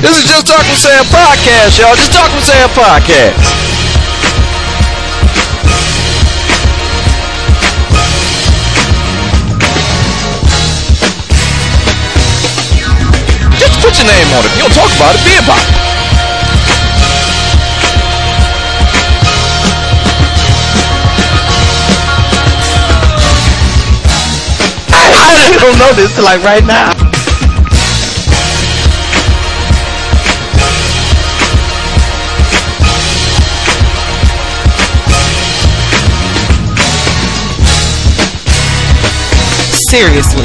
This is just Talking with Sam podcast, y'all. Just Talking with Sam podcast. Just put your name on it. If you don't talk about it, be about it. I don't know this till like right now. Seriously.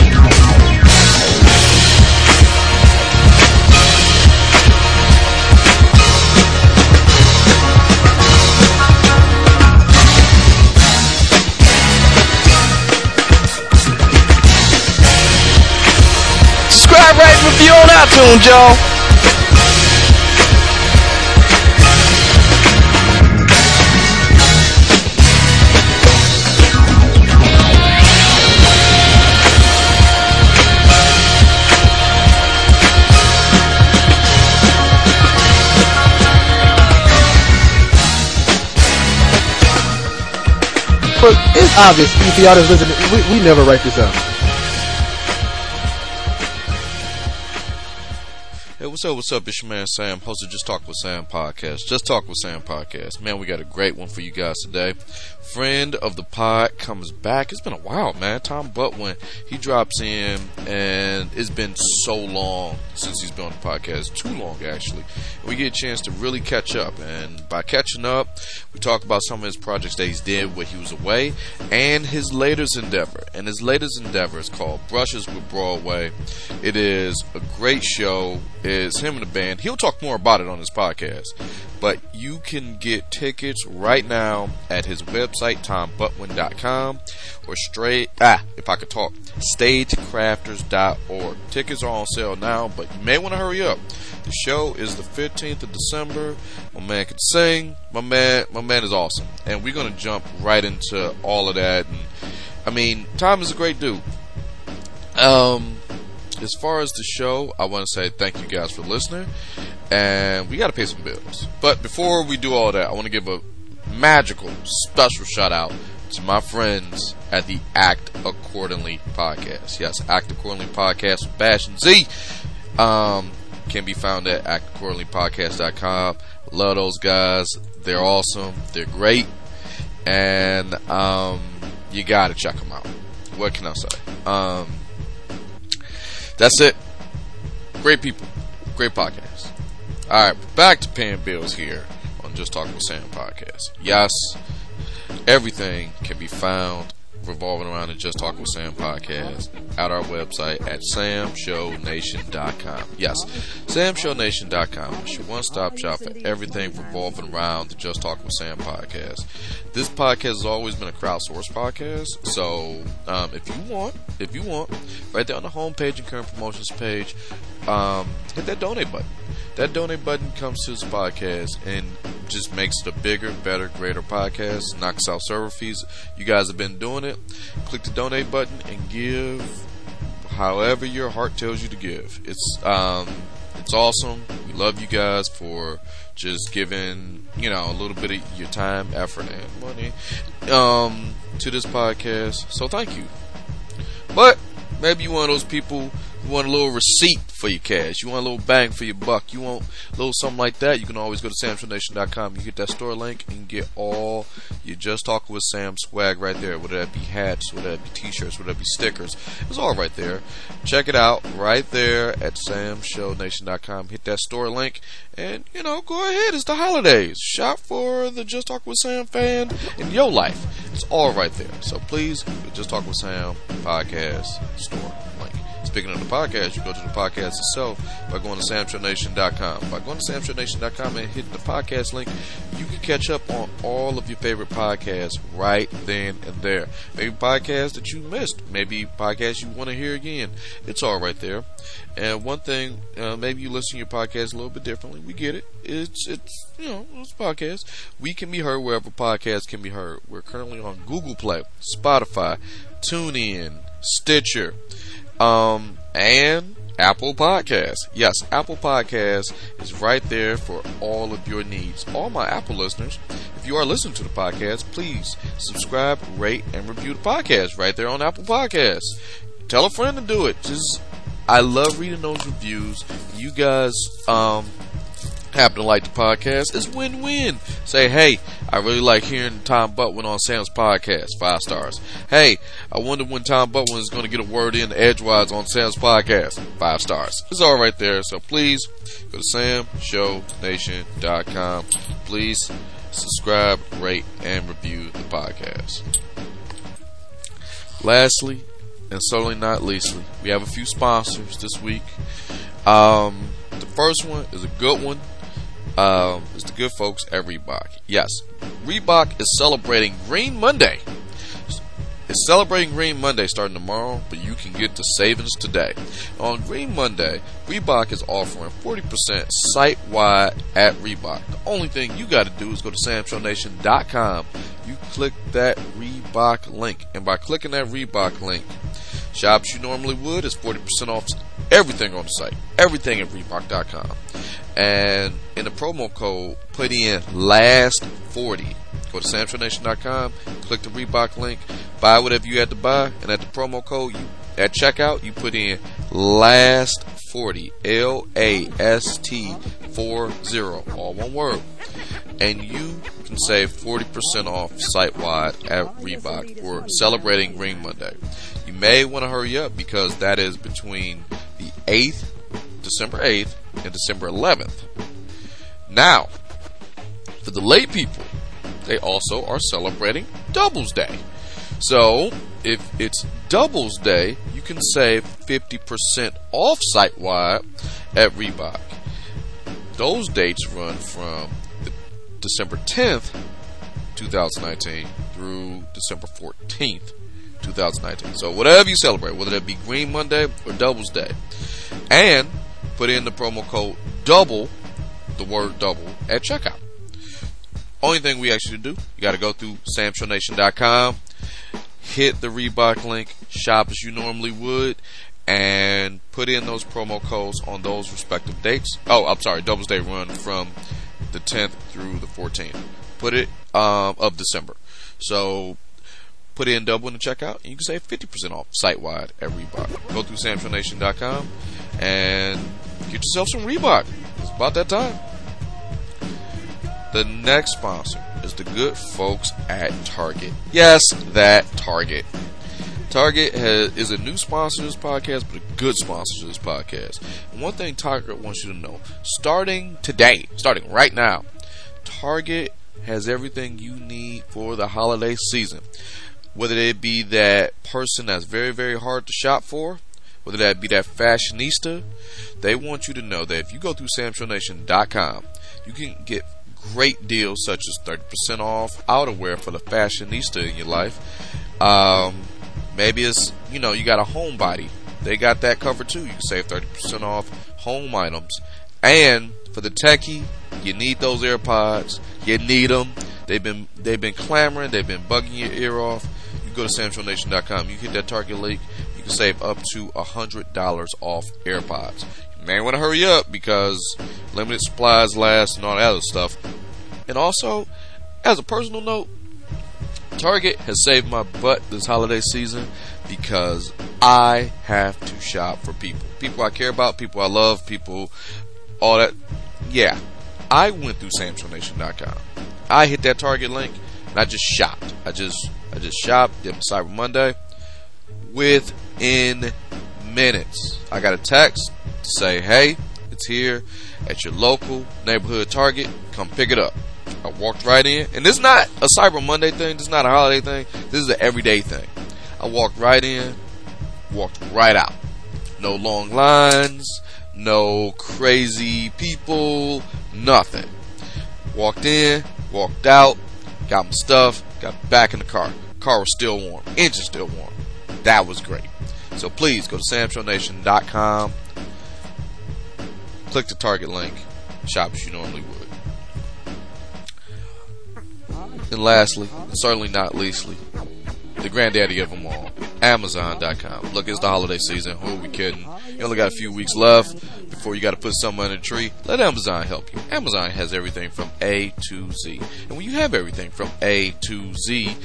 Subscribe, rate, and review on iTunes, y'all. But it's obvious for y'all that's listening. We, we never write this out. Hey, what's up? What's up? It's your man Sam, host of Just Talk with Sam podcast. Just Talk with Sam podcast. Man, we got a great one for you guys today. Friend of the pod comes back. It's been a while, man. Tom Butwin, he drops in, and it's been so long since he's been on the podcast. Too long, actually. We get a chance to really catch up, and by catching up, we talk about some of his projects that he's did when he was away, and his latest endeavor. And his latest endeavor is called Brushes with Broadway. It is a great show. It's him and the band. He'll talk more about it on his podcast. But you can get tickets right now at his website, tombutwin.com, or straight, ah, if I could talk, stagecrafters.org. Tickets are on sale now, but you may want to hurry up. The show is the 15th of December. My man can sing. My man, my man is awesome. And we're going to jump right into all of that. And I mean, Tom is a great dude. Um, as far as the show, I want to say thank you guys for listening, and we got to pay some bills. But before we do all that, I want to give a magical special shout out to my friends at the Act Accordingly podcast. Yes, Act Accordingly podcast with Bash and Z um, can be found at actaccordinglypodcast.com. Love those guys. They're awesome. They're great, and um, you got to check them out. What can I say? Um, that's it. Great people. Great podcast. All right, back to paying bills here on Just Talking with Sam podcast. Yes, everything can be found revolving around the Just Talk with Sam podcast at our website at samshownation.com. Yes, samshownation.com is your one stop shop for everything revolving around the Just Talk with Sam podcast. This podcast has always been a crowdsourced podcast, so um, if you want, if you want, right there on the homepage and current promotions page, um, hit that donate button. That donate button comes to this podcast and just makes it a bigger, better, greater podcast. Knocks out server fees. You guys have been doing it. Click the donate button and give however your heart tells you to give. It's um, it's awesome. We love you guys for just giving you know a little bit of your time, effort, and money um, to this podcast. So thank you. But maybe you one of those people you want a little receipt for your cash. You want a little bang for your buck. You want a little something like that. You can always go to samsonation.com. You get that store link and get all your Just Talk with Sam swag right there. Whether that be hats, whether that be t-shirts, whether that be stickers. It's all right there. Check it out right there at samshownation.com. Hit that store link and, you know, go ahead. It's the holidays. Shop for the Just Talk with Sam fan in your life. It's all right there. So please, the Just Talk with Sam podcast store link. Speaking of the podcast, you go to the podcast itself by going to samshownation.com. By going to samshownation.com and hitting the podcast link, you can catch up on all of your favorite podcasts right then and there. Maybe podcasts that you missed, maybe podcasts you want to hear again. It's all right there. And one thing, uh, maybe you listen to your podcast a little bit differently. We get it. It's it's you know it's a podcast. We can be heard wherever podcasts can be heard. We're currently on Google Play, Spotify, TuneIn, Stitcher Um, and Apple Podcasts. Yes, Apple Podcasts is right there for all of your needs. All my Apple listeners, if you are listening to the podcast, please subscribe, rate, and review the podcast right there on Apple Podcasts. Tell a friend to do it. Just I love reading those reviews. You guys um happen to like the podcast, it's win win. Say, hey, I really like hearing Tom Butwin on Sam's podcast, five stars. Hey, I wonder when Tom Butwin is going to get a word in edgewise on Sam's podcast, five stars. It's all right there. So please go to samshownation.com. Please subscribe, rate, and review the podcast. Lastly, and certainly not leastly, we have a few sponsors this week. Um, the first one is a good one. Um, it's the good folks at Reebok. Yes, Reebok is celebrating Green Monday. It's celebrating Green Monday starting tomorrow, but you can get the savings today. On Green Monday, Reebok is offering 40% site wide at Reebok. The only thing you got to do is go to samshownation.com. You click that Reebok link, and by clicking that Reebok link, shops you normally would is 40% off everything on the site, everything at Reebok.com. And in the promo code, put in LAST40. Go to SamTronation.com, click the Reebok link, buy whatever you had to buy, and at the promo code, you at checkout, you put in LAST40, L A S T 40, all one word. And you can save 40% off site wide at Reebok for celebrating Green Monday. You may want to hurry up because that is between the 8th, December 8th, and December 11th. Now, for the lay people, they also are celebrating Doubles Day. So, if it's Doubles Day, you can save 50% off site wide at Reebok. Those dates run from the- December 10th, 2019, through December 14th, 2019. So, whatever you celebrate, whether that be Green Monday or Doubles Day, and put in the promo code DOUBLE, the word double, at checkout. Only thing we ask you to do, you got to go through samshownation.com, hit the Reebok link, shop as you normally would, and put in those promo codes on those respective dates. Oh, I'm sorry, Doubles Day run from the 10th through the 14th. Put it um, of December. So put in double in the checkout, and you can save 50% off site wide at Reebok. Go through samshownation.com and get yourself some Reebok. It's about that time. The next sponsor is the good folks at Target. Yes, that Target. Target has, is a new sponsor to this podcast, but a good sponsor to this podcast. And one thing Target wants you to know starting today, starting right now, Target has everything you need for the holiday season. Whether it be that person that's very, very hard to shop for, whether that be that fashionista, they want you to know that if you go through samshownation.com, you can get great deals such as 30% off outerwear for the fashionista in your life. Um, maybe it's, you know, you got a homebody. They got that covered too. You can save 30% off home items. And for the techie, you need those AirPods. You need them. They've been they've been clamoring. They've been bugging your ear off. You go to samshownation.com. You hit that target link. You can save up to hundred dollars off AirPods. You may want to hurry up because limited supplies last and all that other stuff. And also, as a personal note, Target has saved my butt this holiday season because I have to shop for people. People I care about, people I love, people, all that. Yeah, I went through samsonation.com. I hit that Target link and I just shopped. I just I just shopped, did my Cyber Monday. Within minutes, I got a text to say, hey, it's here at your local neighborhood Target. Come pick it up. I walked right in, and this is not a Cyber Monday thing. This is not a holiday thing. This is an everyday thing. I walked right in, walked right out. No long lines, no crazy people, nothing. Walked in, walked out, got my stuff, got back in the car. Car was still warm, engine still warm. That was great. So please go to samshownation.com, click the Target link, shop as you normally would. And lastly, and certainly not leastly, the granddaddy of them all, Amazon.com. Look, it's the holiday season. Who are we kidding? You only got a few weeks left before you got to put something under the tree. Let Amazon help you. Amazon has everything from A to Z. And when you have everything from A to Z,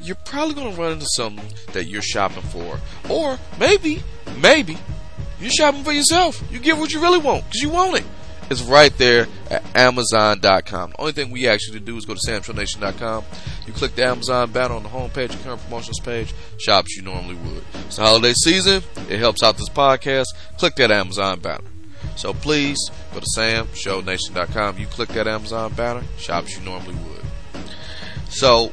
you're probably going to run into something that you're shopping for. Or maybe, maybe, you're shopping for yourself. You get what you really want because you want it. It's right there at Amazon.com. The only thing we ask you to do is go to SamTronation.com. You click the Amazon banner on the homepage, your current promotions page, shops you normally would. It's the holiday season. It helps out this podcast. Click that Amazon banner. So please go to SamShowNation.com. You click that Amazon banner, shops you normally would. So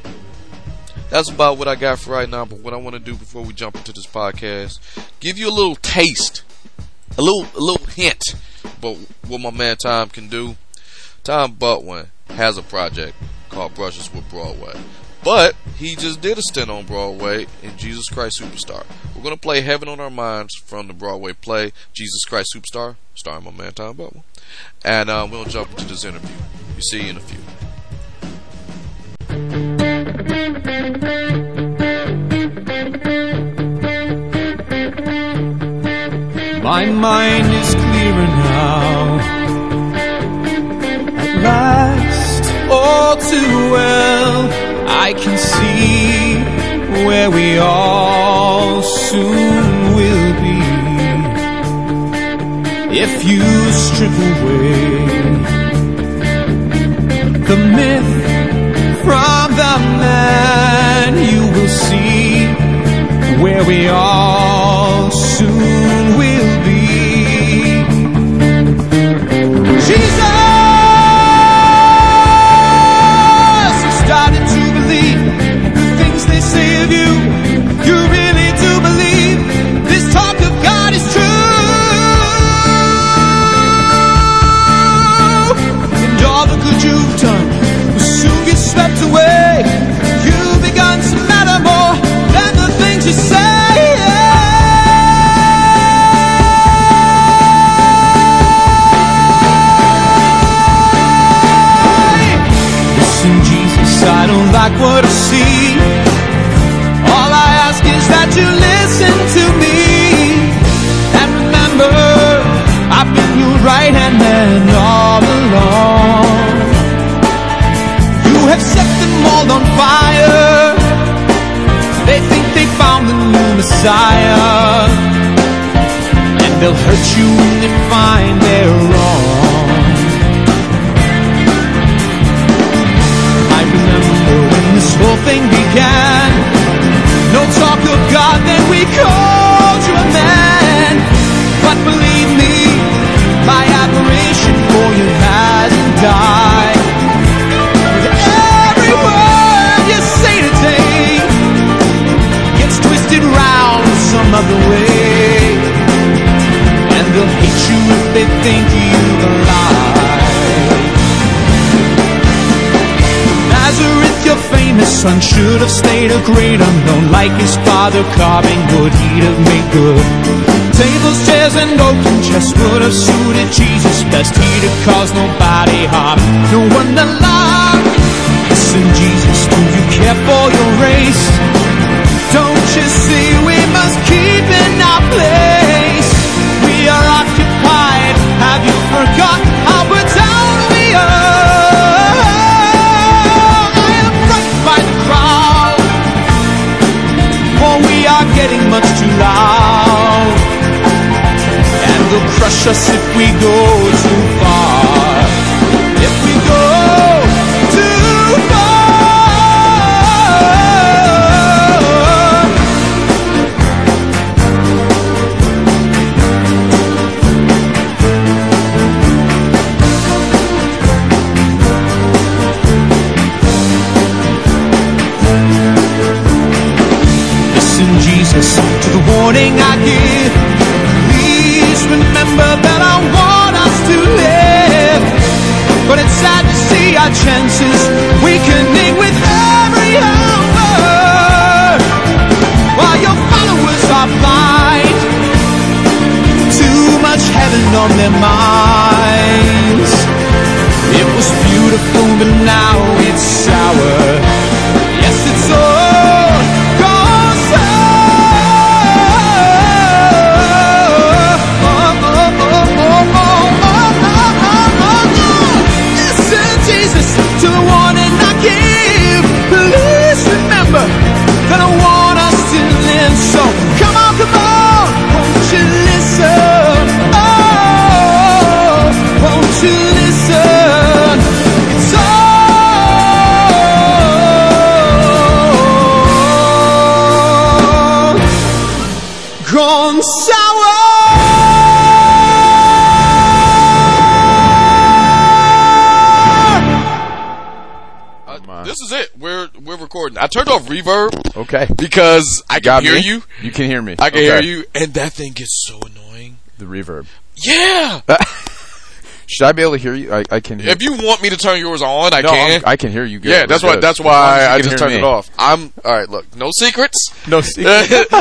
that's about what I got for right now. But what I want to do before we jump into this podcast, give you a little taste, a little a little hint about what my man Tom can do. Tom Butwin has a project called Brushes with Broadway. But he just did a stint on Broadway in Jesus Christ Superstar. We're gonna play Heaven on Our Minds from the Broadway play Jesus Christ Superstar, starring my man Tom Butwin. And uh, we'll jump into this interview. You see you in a few. My mind is clearer now. At last, all too well, I can see where we all soon will be. If you strip away the myth from the man, you will see where we all soon will be. Jesus! I'm starting to believe the things they say of you. You really do believe this talk of God is true. And all the good you've done will soon get swept away. You've begun to matter more than the things you say. Listen, Jesus, I don't like what I see. All I ask is that you listen to me. And remember, I've been your right hand man all along. You have set them all on fire. They think they found the new Messiah. And they'll hurt you when they find they're wrong. I remember when this whole thing began. No talk of God, then we called you a man. But believe me, my admiration for you hasn't died. With every word you say today gets twisted round some other way. And they'll hate you if they think you've lied. Nazareth, your famous son, should have stayed a great unknown. Like his father, carving wood, he'd have made good. Tables, chairs, and oaken chests would have suited Jesus best. He'd have caused nobody harm, no one alarm. Listen, Jesus, do you care for your race? Don't you see we must keep in our place? We are occupied. Have you forgotten how we're down we are? I am right by the crowd, for we are getting much too loud, and they'll crush us if we go too far. If we go too far. Listen, Jesus, to the warning I give. Please remember that I want us to live. But it's sad to see our chances weakening with every hour. While your followers are blind, too much heaven on their minds. It was beautiful, but now it's sour. Yes, it's all gone sour. Oh, oh, Oh, Uh, my. this is it. We're we're recording. I turned off reverb Okay. because I can Got hear me? you. You can hear me. I can Okay. hear you, and that thing gets so annoying. The reverb. Yeah. Should I be able to hear you? I, I can hear If you want me to turn yours on, I no, can. I'm- I can hear you good. yeah, We're that's why. good. That's As long as why you I can just hear turned me. it off. I'm all right. Look, no secrets. No, look at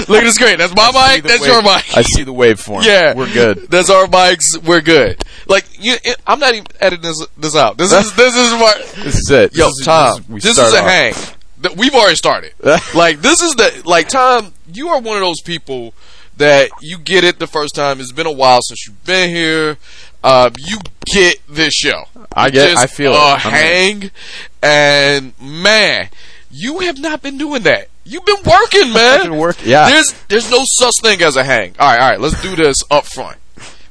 the screen. That's my I see mic. the That's wave- your mic. I see the waveform. Yeah, We're good. That's our mics. We're good. Like you, it, I'm not even editing this, this out. This is this is what. This is it. Yo, this is, Tom, we this is, start a off. hang. That we've already started. like this is the like Tom. You are one of those people that you get it the first time. It's been a while since you've been here. Uh, you get this show. I get- Just I feel a it. I'm in. hang, and man, you have not been doing that. You've been working, man. I've been working- yeah. There's there's no such thing as a hang. All right, all right. Let's do this up front.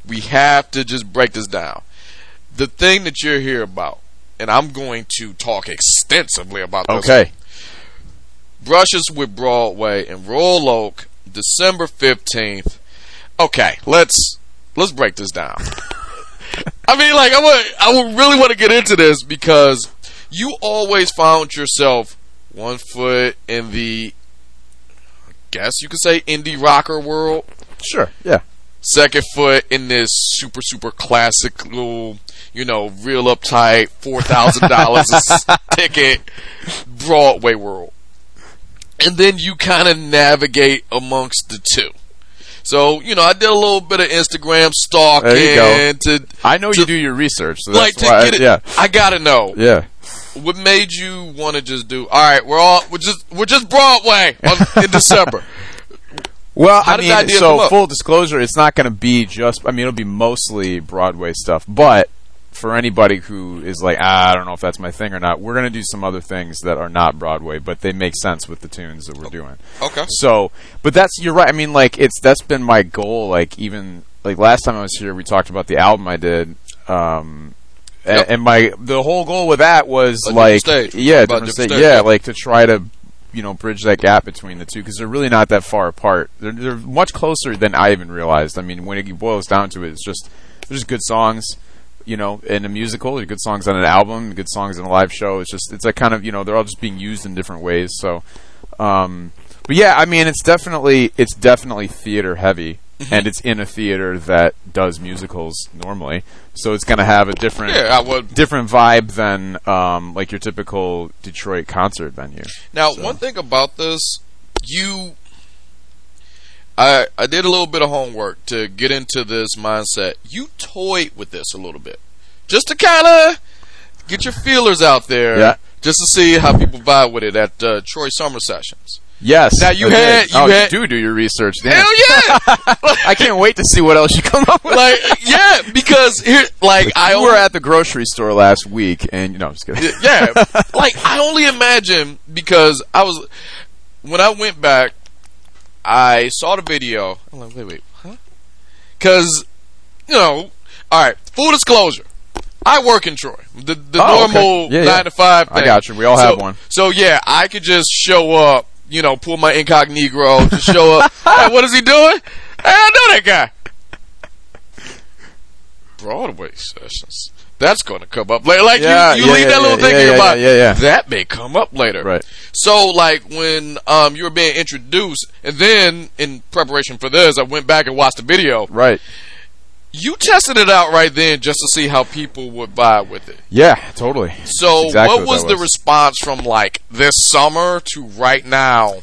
We have to just break this down. The thing that you're here about, and I'm going to talk extensively about. This Okay. brushes with Broadway in Royal Oak, December fifteenth. Okay, let's let's break this down. I mean, like I want, I would really want to get into this because you always found yourself one foot in the, I guess you could say indie rocker world, Sure. Yeah. second foot in this super super classical, you know, real uptight four thousand dollars ticket Broadway world, and then you kind of navigate amongst the two. So you know, I did a little bit of Instagram stalking you go. to I know To- you do your research. So like that's to why. I- get it. yeah. I gotta know Yeah. what made you want to just do. All right, we're all we're just we're just Broadway on, in December. Well, How I did the mean, idea come so up? full disclosure, it's not going to be just. I mean, it'll be mostly Broadway stuff, but for anybody who is like, ah, I don't know if that's my thing or not, we're going to do some other things that are not Broadway, but they make sense with the tunes that we're doing. Okay. So, but that's you're right. I mean, like it's that's been my goal. Like even like last time I was here, we talked about the album I did. Um, a- Yep. and, my the whole goal with that was A different like stage. About yeah, different different stage. stage, yeah, yeah. like to try to you know bridge that gap between the two because they're really not that far apart. They're they're much closer than I even realized. I mean, when it boils down to it, it's just they're just good songs. You know, in a musical, they're good songs on an album, good songs in a live show. It's just it's a kind of you know they're all just being used in different ways. So um, but yeah, I mean, it's definitely it's definitely theater heavy, and it's in a theater that does musicals normally, so it's gonna have a different Yeah, I would different vibe than um, like your typical Detroit concert venue. Now, So- one thing about this, you, I, I did a little bit of homework to get into this mindset. You toyed with this a little bit, just to kind of get your feelers out there, Yeah. just to see how people vibe with it at uh, Troy Summer Sessions. Yes. Now, you I did. had- you oh, had- do do your research. Damn. Hell yeah! I can't wait to see what else you come up with. like yeah, because here, like, Like, I you were only- at the grocery store last week, and you know, I'm just kidding. yeah. Like I only imagine because I was when I went back, I saw the video. I'm like, wait, wait, huh? Because you know, all right. Full disclosure, I work in Troy. The the Oh, okay. normal Yeah, yeah. nine to five. I Thing. got you. We all so, have one. So yeah, I could just show up. You know, pull my incognito, just show up. hey, what is he doing? Hey, I know that guy. Broadway sessions. That's going to come up later. Like Yeah, you, you yeah, leave yeah, that little yeah, thing yeah, in your yeah, mind. yeah, yeah. That may come up later. Right. So like when um you were being introduced, and then in preparation for this, I went back and watched the video. Right. You tested it out right then just to see how people would vibe with it. Yeah. Totally. So Exactly what what was that the was. response from like this summer to right now?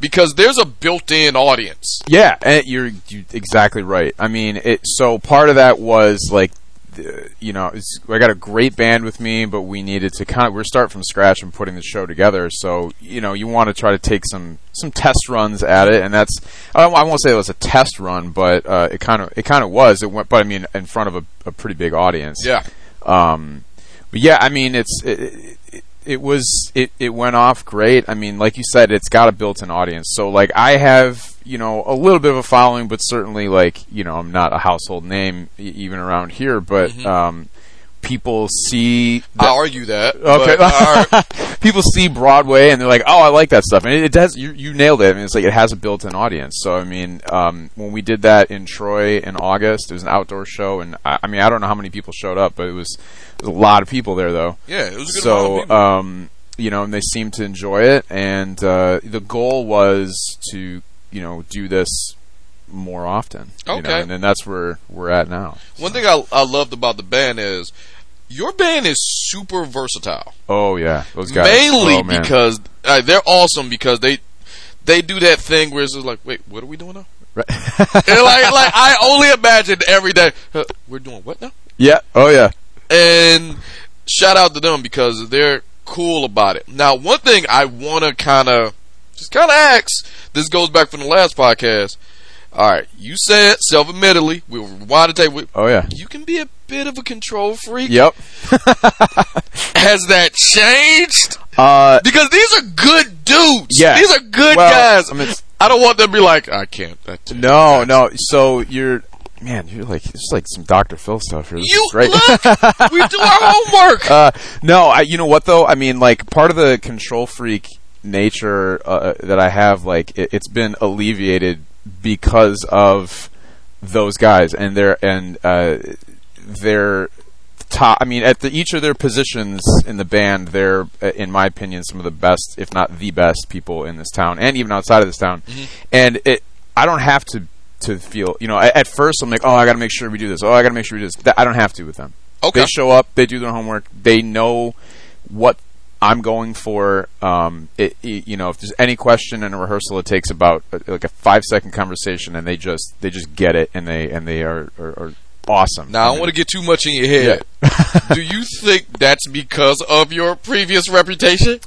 Because there's a built-in audience. Yeah, and you're, you exactly right. I mean, it, so part of that was like, the- you know, it's, I got a great band with me, but we needed to kind of we're start from scratch and putting the show together. So you know, you want to try to take some some test runs at it, and that's I won't- I won't say it was a test run, but uh, it kind of it kind of was. It went, but I mean, in front of a, a pretty big audience. Yeah. Um, but yeah, I mean, it's it, it, it was it, it went off great. I mean, like you said, it's got a built-in audience. So like, I have you know a little bit of a following, but certainly like you know I'm not a household name e- even around here. But um, people see I argue that. Okay. but, all right. people see Broadway and they're like, "Oh, I like that stuff." And it, it does. You, you nailed it. I mean, it's like it has a built-in audience. So I mean, um, when we did that in Troy in August, it was an outdoor show, and I, I mean, I don't know how many people showed up, but it was, it was a lot of people there though. Yeah, it was a good amount of so people. um, you know, and they seemed to enjoy it. And uh, the goal was to you know do this more often. You know, Okay. and, and that's where we're at now. One thing I, I loved about the band is your band is super versatile. Oh yeah, those guys. mainly Oh, man. because uh, they're awesome because they they do that thing where it's just like, wait, what are we doing now? Right. And like, like I only imagine every day "Huh, we're doing what now? yeah. Oh yeah. And shout out to them because they're cool about it. Now, one thing I want to kind of just kind of ask. This goes back from the last podcast. All right, you said self-admittedly we were wide to take. Oh yeah. You can be a bit of a control freak. Yep. Has that changed? Uh, Because these are good dudes. Yeah. These are good Well, guys. I I, mean, it's- don't want them to be like, I can't. I can't." no, no. So you're, man, you're like, it's like some Dr. Phil stuff here. This You is great. look. we do our homework. uh, no, I, you know what though? I mean, like part of the control freak nature uh, that I have, like it, it's been alleviated because of those guys and their and uh, their top. I mean, at the, each of their positions in the band, they're, uh, in my opinion, some of the best, if not the best, people in this town, and even outside of this town. And it, I don't have to to feel, you know, at, at first I'm like, oh, I got to make sure we do this. Oh, I got to make sure we do this. That, I don't have to with them. Okay. They show up, they do their homework, they know what I'm going for. Um, it, it- you know, if there's any question in a rehearsal, it takes about uh, like a five second conversation, and they just they just get it, and they and they are are, are awesome. now, I And don't want to get too much in your head. do you think that's because of your previous reputation?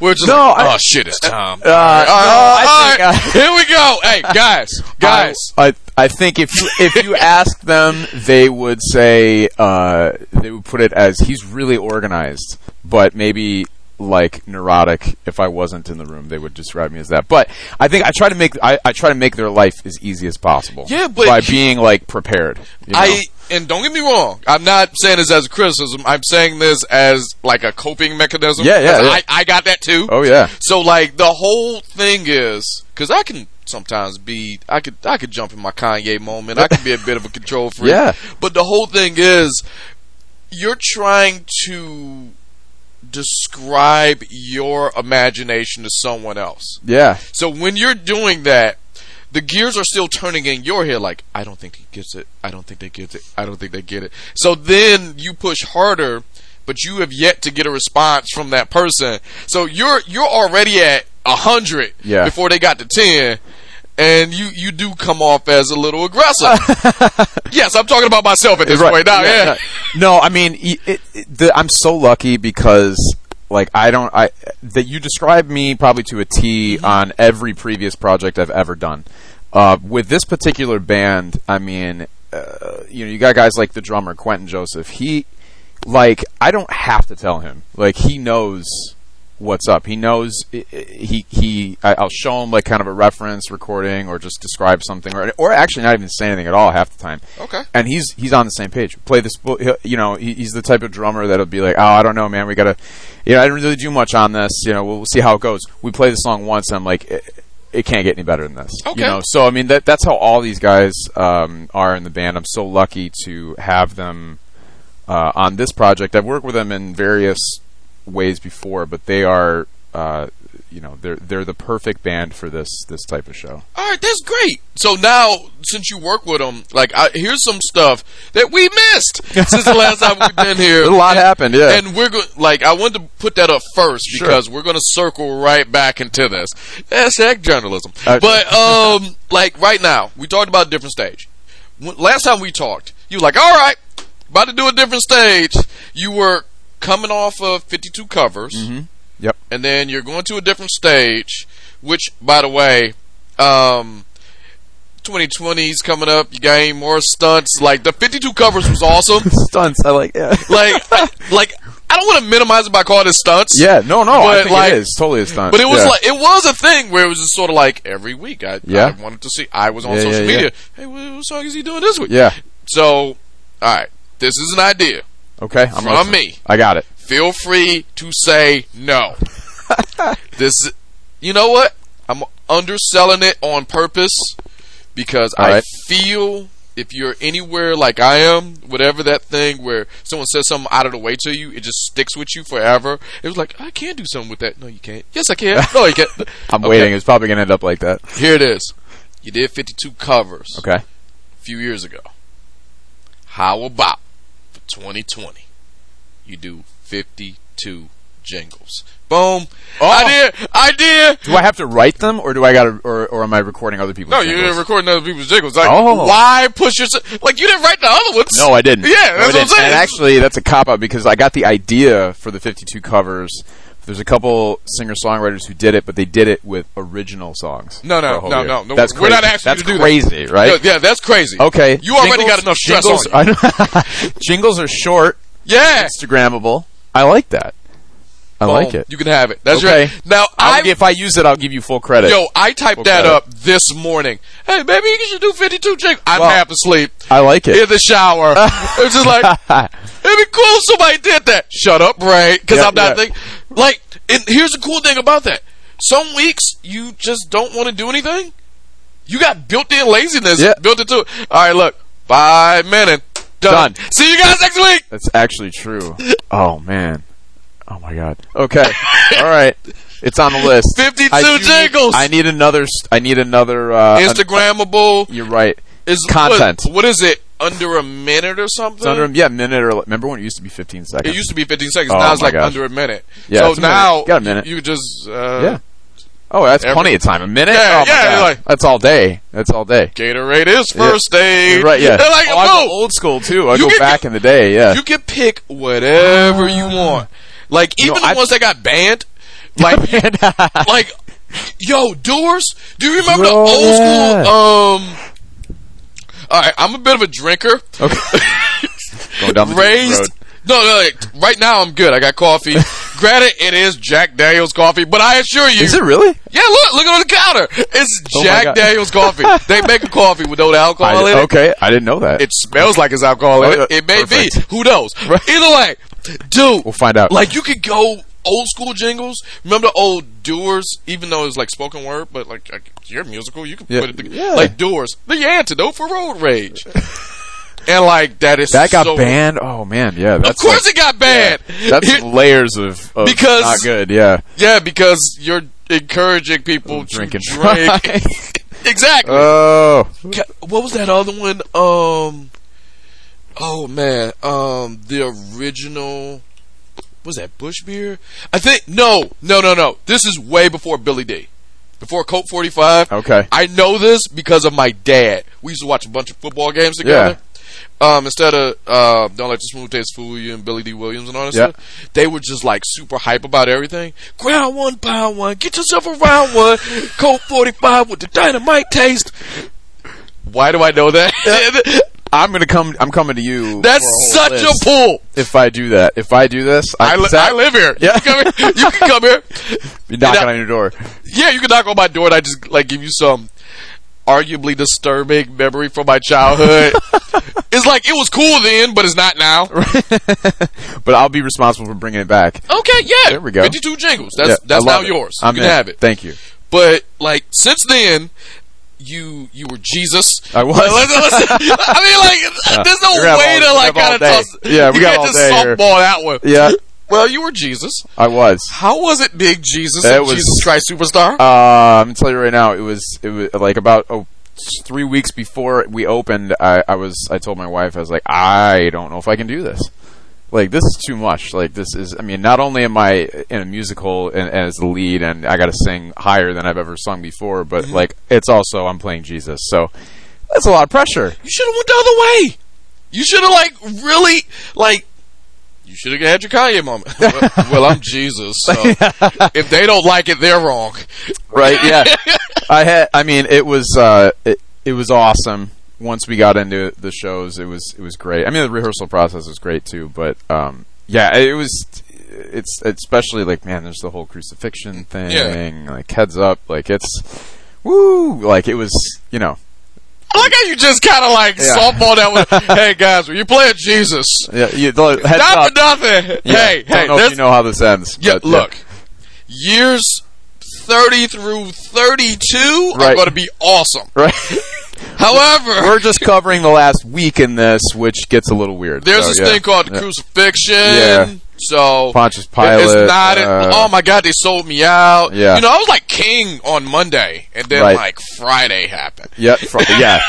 We're just No, like, I- oh, shit, it's time. Uh, no, I think I- Here we go. Hey, guys, guys. I, I I think if you if you ask them, they would say uh, they would put it as he's really organized, but maybe like neurotic. If I wasn't in the room, they would describe me as that. But I think I try to make I, I try to make their life as easy as possible. Yeah, but- by being like prepared. you know? I and don't get me wrong. I'm not saying this as a criticism. I'm saying this as like a coping mechanism. Yeah, yeah, 'Cause yeah. I, I got that too. oh yeah. So like the whole thing is because I can sometimes be I could I could jump in my Kanye moment. I could be a bit of a control freak. Yeah. But the whole thing is you're trying to describe your imagination to someone else. Yeah, So when you're doing that, the gears are still turning in your head. Like I don't think he gets it. I don't think they get it. I don't think they get it. So then you push harder, but you have yet to get a response from that person. So you're you're already at hundred Yeah. before they got to ten. And you, you do come off as a little aggressive. yes, I'm talking about myself at this Right. point. Now, Yeah, yeah, yeah. No, I mean, y- it, it, the, I'm so lucky because like I don't I that you described me probably to a T on every previous project I've ever done. Uh, with this particular band, I mean, uh, you know, you got guys like the drummer Quentin Joseph. He like I don't have to tell him. Like he knows what's up. He knows i- i- he he. I- I'll show him like kind of a reference recording or just describe something or or actually not even say anything at all half the time. Okay. And he's he's on the same page. Play this, bu- he'll- you know. he- He's the type of drummer that'll be like, oh, I don't know, man. We gotta, you know, I didn't really do much on this. You know, we'll, we'll see how it goes. We play the song once, and I'm like. It, it can't get any better than this, Okay. you know. So I mean, that that's how all these guys um, are in the band. I'm so lucky to have them uh, on this project. I've worked with them in various ways before, but they are, uh, you know, they're they're the perfect band for this this type of show. All right, that's great. So now, since you work with them, like I, here's some stuff that we missed since the last time we've been here. A lot happened, yeah. And we're going like I wanted to put that up first because we're gonna circle right back into this. Hashtag journalism. Okay. But um like right now, we talked about a different stage. When, last time we talked, you were like, All right, about to do a different stage. You were coming off of fifty two covers Mm-hmm. Yep. and then you're going to a different stage, which by the way, um 2020's coming up. You got any more stunts? Like the 52 covers was awesome. Stunts, I like. Yeah. like I, like I don't want to minimize it by calling it stunts. Yeah, no, no, But, I think like- it is totally a stunt. But it was Yeah. like it was a thing where it was just sort of like every week I, Yeah. I wanted to see. I was on Yeah, social yeah, media. Hey, what, what song is he doing this week? yeah, So, all right, this is an idea okay, I'm from listening. me. I got it. Feel free to say no. This, is- you know what? I'm underselling it on purpose because I Alright. feel if you're anywhere like I am, whatever that thing where someone says something out of the way to you, it just sticks with you forever. It was like I can do something with that. No, you can't. Yes, I can. No, you can't. I'm Okay. waiting. It's probably gonna end up like that. Here it is. You did 52 covers Okay. a few years ago. How about for 2020? You do 52 jingles. Boom. Oh. Idea. Idea. Do I have to write them, or do I got to, or, or am I recording other people's? No, you jingles? didn't record other people's jingles. Like, Oh. why push yourself? Like, you didn't write the other ones. No, I didn't. Yeah, No, that's I what I'm didn't. saying. And actually, that's a cop out because I got the idea for the 52 covers. There's a couple singer songwriters who did it, but they did it with original songs. No, no, for a whole no, year. no, no, That's we're not crazy. asking you that's to do that. crazy, right? Yeah, yeah, that's crazy. Okay. You already got Jingles- enough stress jingles, on I know. jingles are short, Yeah. Instagrammable. I like that. I Boom. like it. You can have it. That's Okay. right. Now, I'll I gi- if I use it, I'll give you full credit. Yo, I typed that Okay. up this morning. Hey, maybe you should do 52 jingles. I'm Well, half asleep I like in it. the shower. it's just like, It'd be cool if somebody did that. Shut up, Ray, because Yeah, I'm not yeah. think Like, and here's the cool thing about that. Some weeks you just don't want to do anything. You got built-in laziness Yeah. built into it. All right, look, five minutes. Done. Done. See you guys next week. That's actually true. Oh man. Oh my god. Okay. All right. It's on the list. 52 I do- jingles. I need another. st- I need another. Uh, an- Instagrammable you're right. is Content. What, what is it? Under a minute or something? It's under yeah minute or remember when it used to be 15 seconds. Uh. it used to be 15 seconds. Oh, now it's my like gosh. under a minute. Yeah, so it's a minute. now You got a minute. you just uh, Yeah. oh, that's every- plenty of time. A minute. Yeah, oh, my yeah, God. like- that's all day. That's all day. Gatorade is Yeah. first aid. You're right. Yeah. They're like, oh, I go boom. old school too. I You go can- back in the day. Yeah. you can pick whatever you Ah. want. Like You know, even the I've- ones that got banned, like you- like yo Doors. Do you remember Bro, the old yeah. school? Um, all right, I'm a bit of a drinker. Going down the Raised. road. No, no, like, right now I'm good. I got coffee. Granted, it is Jack Daniels coffee, but I assure you, Is it really? yeah, look, look on the counter. It's Oh my Jack God. Daniels coffee. they make a coffee without I- oh, alcohol in it. okay, I didn't know that. It smells like it's alcohol. in Oh, it. yeah. it may Perfect. be. Who knows? Either way, dude. We'll find out. Like you could go old school jingles. Remember the old Doors? Even though it's like spoken word, but like, like you're musical, you can Yeah. put it together. Yeah. like Doors, the antidote for road rage. and like that is that got so- banned. Oh man, yeah. Of That's course, like- it got banned. That's layers of, of Because- not good. Yeah, yeah, because you're encouraging people drink to and drink. drive. exactly. oh, Ca- what was that other one? Um, oh man, um, the original was that Bush beer? I think no, no, no, no. This is way before Billy D, before Colt Forty Five. okay. I know this because of my dad. We used to watch a bunch of football games together. Um, instead of uh, don't let the smooth taste fool you and Billy D Williams and all that Yeah. stuff, they were just like super hype about everything. Ground one, pound one, get yourself a round one. Colt forty five with the dynamite taste. Why do I know that? I'm gonna come. I'm coming to you. That's for a such whole a pull. list If I do that, if I do this, I, li- I live here. Yeah. You, can come here. you can come here. Be knocking and I- on your door. Yeah, you can knock on my door and I just like give you some arguably disturbing memory from my childhood. it's like it was cool then, but it's not now. but I'll be responsible for bringing it back. Okay, yeah. There we go. 52 jingles. That's Yeah, that's I now love it. yours. I'm you in. can have it. Thank you. But like since then, you you were Jesus. I was. Like, let's- let's- I mean, like there's no we have way all- to we like have all kind of day. toss. Yeah, we you got can't all just day here. softball that one. Yeah, Well, you were Jesus. I was. How was it being Jesus That and was- Jesus Christ Superstar? Uh, I'm gonna tell you right now. It was. It was like about oh, three weeks before we opened. I, I was. I told my wife. I was like, I don't know if I can do this. Like this is too much. Like this is. I mean, not only am I in a musical and, and as the lead, and I got to sing higher than I've ever sung before, but like it's also I'm playing Jesus, so that's a lot of pressure. You should have went the other way. You should have like really like. You should have had your Kanye moment. well, well, I'm Jesus, so if they don't like it, they're wrong. right yeah i had i mean it was uh it, it was awesome once we got into the shows it was it was great i mean the rehearsal process was great too but um yeah it was it's especially like man there's the whole crucifixion thing like heads up like it's woo like it was you know I like how you just kind of like Yeah. softball that one. Hey guys, when you playing Jesus, yeah you, the heads not up for nothing. Yeah, hey, don't hey, know if there's you know how this ends yeah, but, look, years 30 through 32 are Right. going to be awesome. Right. However, We're just covering the last week in this, which gets a little weird. there's So, this Oh, yeah. thing called the Yeah. crucifixion. Yeah. So Pontius it- Pilate. it's not. uh, oh my God, they sold me out. Yeah. You know, I was like king on Monday, and then Right. like Friday happened. Yeah, fr- yeah,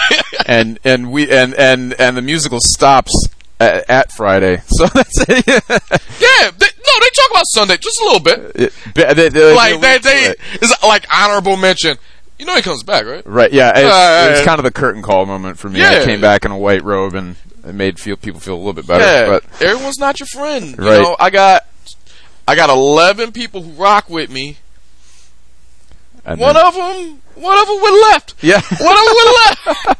and and we and and and the musical stops at, at Friday, so that's it. Yeah. They, no, they talk about Sunday just a little bit. It- but they- they- Like they- they, they it's like honorable mention. You know, he comes back, right? right, yeah. It's, Uh, it was kind of the curtain call moment for me. Yeah. I came back in a white robe and it made feel people feel a little bit better. Yeah, But everyone's not your friend. You Right. know, I got I got eleven people who rock with me. and One then- of them, one of them went left. yeah, One of them went left.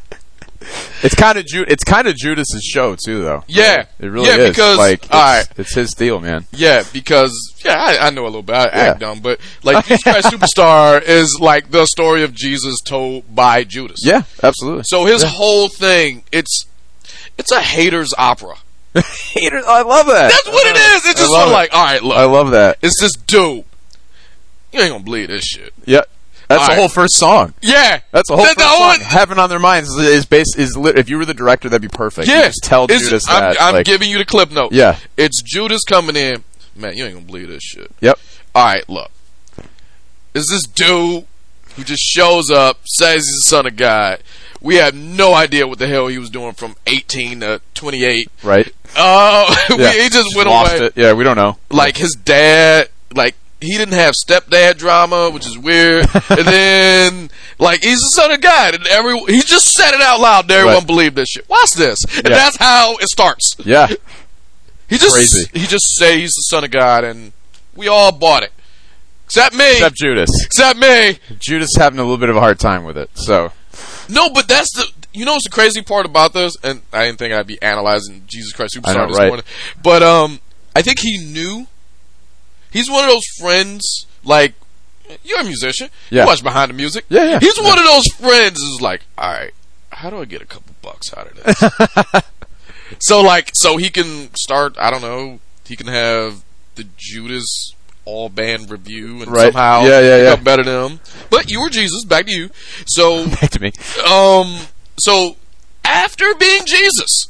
it's kind of Ju- it's kind of Judas's show too, though. Yeah. it really Yeah, is. because- like, it's, alright. it's his deal, man. yeah, because yeah, I, I know a little bit. I act Yeah. dumb, but like Jesus Christ Superstar is like the story of Jesus told by Judas. Yeah, absolutely. So his whole thing, it's it's a hater's opera. Haters, I love that. That's what it is. It's I just love sort of it. like, all right, look, I love that. it's this dude. You ain't gonna believe this shit. Yeah, that's the Alright. whole first song. Yeah, That's the whole That- that, the song. whole- Heaven on their minds is, is based is lit, if you were the director that'd be perfect. You Yeah, just tell it's- Judas I'm, that. I'm like, giving you the clip note. Yeah. it's Judas coming in. Man, you ain't gonna believe this shit. Yep. All right, look, is this dude who just shows up says he's the son of God? We have no idea what the hell he was doing from 18 to 28. Right. Oh, we Yeah. he just, went lost away. it. Yeah, we don't know. Like his dad, like he didn't have stepdad drama, which is weird. and then, like he's the son of God, and every he just said it out loud. And everyone Right. believed this shit. Watch this, and Yeah. that's how it starts. Yeah. He just Crazy. he just said he's the son of God, and we all bought it, except me. Except Judas. Except me. Judas having a little bit of a hard time with it. So No, but that's the you know what's the crazy part about this, and I didn't think I'd be analyzing Jesus Christ I Superstar know, this right. morning, but um, I think he knew. He's one of those friends like. You're a musician. Yeah. You watch behind the music. Yeah, yeah. He's one of those friends who's like, all right, how do I get a couple bucks out of this? so like, so he can start. I don't know. He can have the Judas all band review and Right. somehow Yeah, yeah, yeah. become better than him. But you were Jesus. Back to you. So back to me. um, so after being Jesus,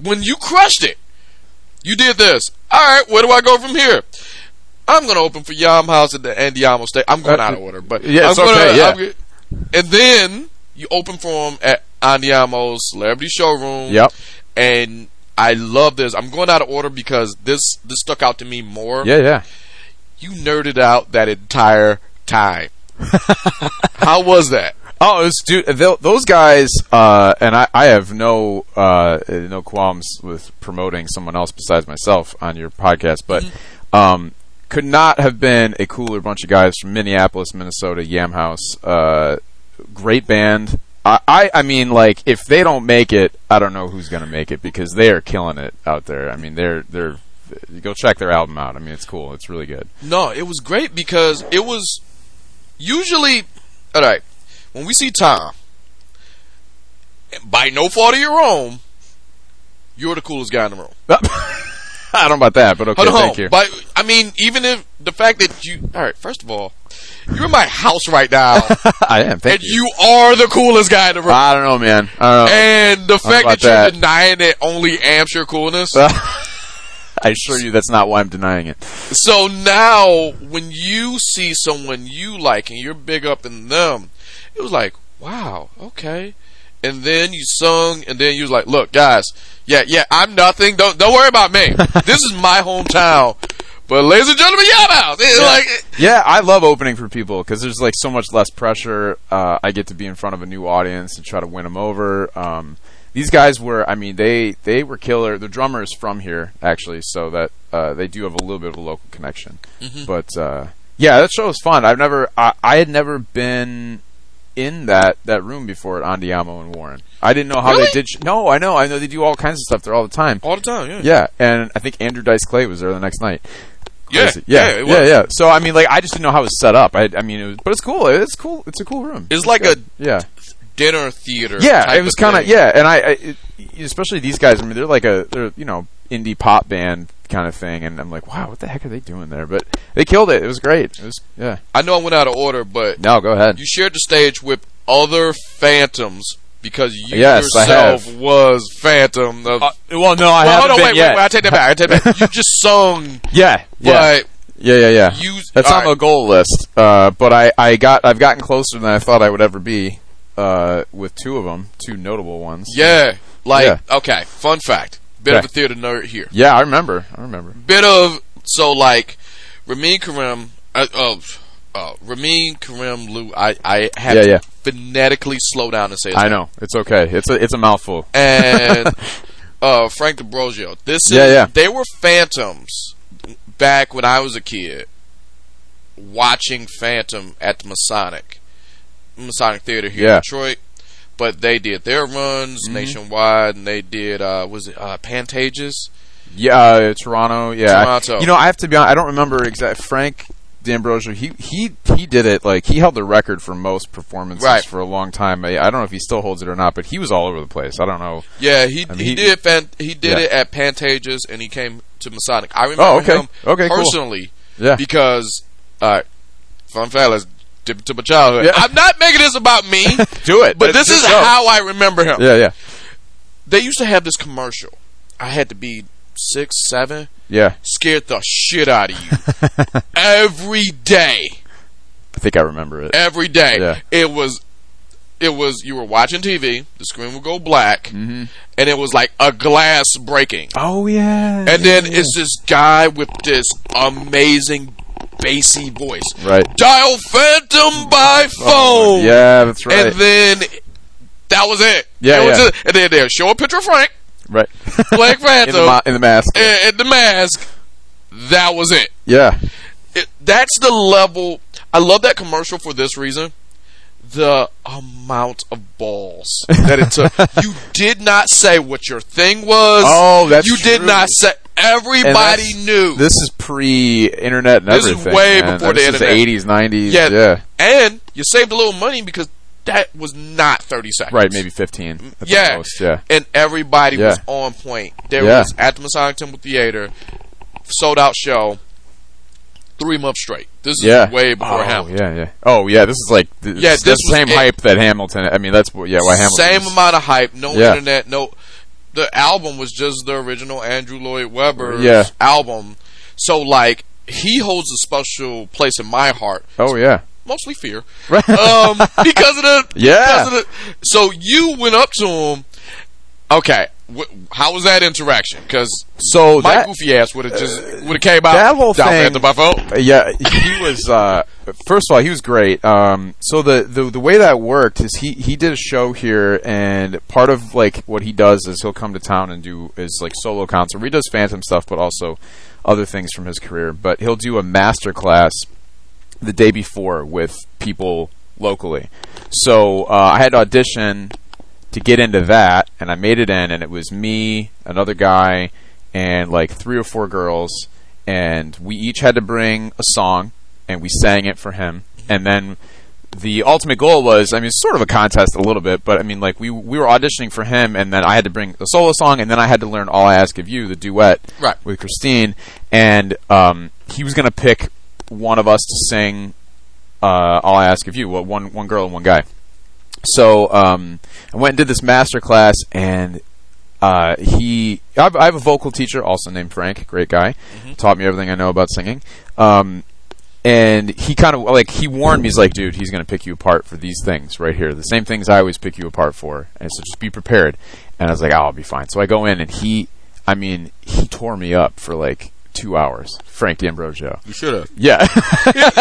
when you crushed it, you did this. All right, where do I go from here? I'm gonna open for Yam House at the Andiamo State. I'm going Uh, out of order, but yeah, I'm it's gonna, okay, yeah. I'm gonna- and then you open for him at Andiamo's Celebrity Showroom. Yep. And I love this. I'm going out of order because this this stuck out to me more Yeah, yeah. you nerded out that entire time. How was that? Oh, it was, dude, tho- those guys, uh, and I, I have no uh, no qualms with promoting someone else besides myself on your podcast, but Mm-hmm. um, could not have been a cooler bunch of guys from Minneapolis, Minnesota, Yam House. Uh, great band. I, I, I mean, like, if they don't make it, I don't know who's gonna make it because they are killing it out there. I mean, they're they're go check their album out. I mean, it's cool. It's really good. No, it was great because it was usually all right. When we see Tom, by no fault of your own, you're the coolest guy in the room. I don't know about that, but okay, Hold thank you. on, but I mean, even if the fact that you all right, first of all, you're in my house right now, I am. and Thank you are the coolest guy in the room. I don't know, man. I don't know. and the fact that about you're that? denying it only amps your coolness. I assure you, that's not why I'm denying it. So now, when you see someone you like and you're big up in them, it was like, wow, okay. And then you sung, and then you was like, look, guys, yeah, yeah, I'm nothing. Don't don't worry about me. this is my hometown. But ladies and gentlemen, y'all out. It's like, Yeah, I love opening for people because there's like so much less pressure. Uh, I get to be in front of a new audience and try to win them over. Um, these guys were, I mean, they they were killer. The drummer is from here actually, so that uh, they do have a little bit of a local connection. But uh, yeah, that show was fun. I've never, I, I had never been in that that room before at Andiamo and Warren. I didn't know how Really? Oh, they did. Sh- no, I know, I know they do all kinds of stuff there all the time. all the time, yeah. Yeah, and I think Andrew Dice Clay was there the next night. Yeah, Crazy. yeah, yeah, it yeah, was. yeah. So I mean, like, I just didn't know how it was set up. I, I mean, it was, but it's cool. It's cool. It's a cool room. It's like a yeah, dinner theater. yeah. type It was of kind of thing. yeah, and I, I it, especially these guys. I mean, they're like a they're you know indie pop band kind of thing. And I'm like, wow, what the heck are they doing there? But they killed it. It was great. It was yeah. I know I went out of order, but No, go ahead. you shared the stage with other phantoms because you Yes, I yourself have. was Phantom. Of, Uh, well, no, well, I haven't hold on, been wait, yet. wait, wait, I take that back. I take that back. You just sung, yeah, yeah, but yeah, yeah, yeah. you. That's all on the right. goal list. Uh, but I, I got I've gotten closer than I thought I would ever be uh, with two of them, two notable ones. Yeah, like okay. Fun fact. Bit of a Okay. theater nerd here. yeah, I remember. I remember. Bit of so like Ramin Karim. Uh, oh, uh, Ramin Karim Lou. I I have Yeah, to yeah. phonetically slow down and say. his I name. know it's okay. It's a it's a mouthful. and uh, Frank DeBrosio. This is Yeah, yeah. they were phantoms back when I was a kid watching Phantom at the Masonic Masonic Theater here Yeah. Mm-hmm. in Detroit. But they did their runs nationwide, and they did uh, was it uh, Pantages? Yeah, uh, Toronto. Yeah, Toronto. You know, I have to be honest. I don't remember exact. Frank D'Ambrosio. He he he did it. Like he held the record for most performances Right. for a long time. I, I don't know if he still holds it or not, but he was all over the place. I don't know. Yeah, he I mean, he, he- did fan, he did Yeah. it at Pantages, and he came to Masonic. I remember Oh, okay. him Okay, cool. personally. Yeah. because uh, fun fact, let's dip into my childhood. Yeah. I'm not making this about me, Do it. but Let's this is just go. how I remember him. Yeah, yeah, They used to have this commercial. I had to be six, seven, yeah. scared the shit out of you every day, I think I remember it. every day. Yeah. It was. It was you were watching TV. The screen would go black, Mm-hmm. and it was like a glass breaking. Oh yeah. And then it's this guy with this amazing bassy voice. Right. Dial Phantom by phone. Oh, Yeah, that's right. And then that was it. Yeah, That was yeah. it. And then they'll show a picture of Frank, right. Black in, Phantom, the ma- in the mask. and, and the mask. That was it. yeah. it. That's the level. I love that commercial for this reason. The amount of balls that it took. you did not say what your thing was. Oh, that's You did true. not say. And that's- Everybody knew. This is pre-internet and This is everything. way man. before the This is internet. 80s, 90s. Yeah. Yeah. and you saved a little money because that was not 30 seconds. Right, maybe 15. at the Yeah. most, Yeah. And everybody was Yeah. on point. There Yeah. was at the Masonic Temple Theater, sold out show, three months straight. This is Yeah. way before oh, Hamilton. Yeah, yeah. Oh, yeah. This is like th- Yeah, it's this the was same it. hype that Hamilton. I mean, that's what- yeah. Why Hamilton? Same is- amount of hype, no Yeah. internet, no. The album was just the original Andrew Lloyd Webber's Yeah. album. So, like, he holds a special place in my heart, Oh yeah. mostly fear, Right. um, because of the yeah. Because of the- so you went up to him. Okay, wh- how was that interaction? Because so my that uh, goofy ass would have just would have came out. that whole "Dial thing- Phantom by phone. Uh, yeah, he was. Uh, first of all, he was great. Um, so the, the the way that worked is he he did a show here, and part of like what he does is he'll come to town and do is like solo concert. He does Phantom stuff, but also other things from his career. But he'll do a master class the day before with people locally. So uh, I had to audition to get into that, and I made it in, and it was me, another guy, and like three or four girls, and we each had to bring a song, and we sang it for him, and then the ultimate goal was, I mean, it's sort of a contest a little bit, but I mean, like we we were auditioning for him, and then I had to bring a solo song, and then I had to learn "All I Ask of You," the duet Right. with Christine, and um, he was gonna pick one of us to sing uh, "All I Ask of You," well, one one girl and one guy. So um, I went and did this master class, and uh, he I have, I have a vocal teacher also named Frank, great guy, taught me everything I know about singing. Um, and he kind of like he warned me. He's like, dude, he's gonna pick you apart for these things right here, the same things I always pick you apart for. And so just be prepared. And I was like, oh, I'll be fine. So I go in, and he, I mean, he tore me up for like two hours. Frank D'Ambrosio. You should have. Yeah.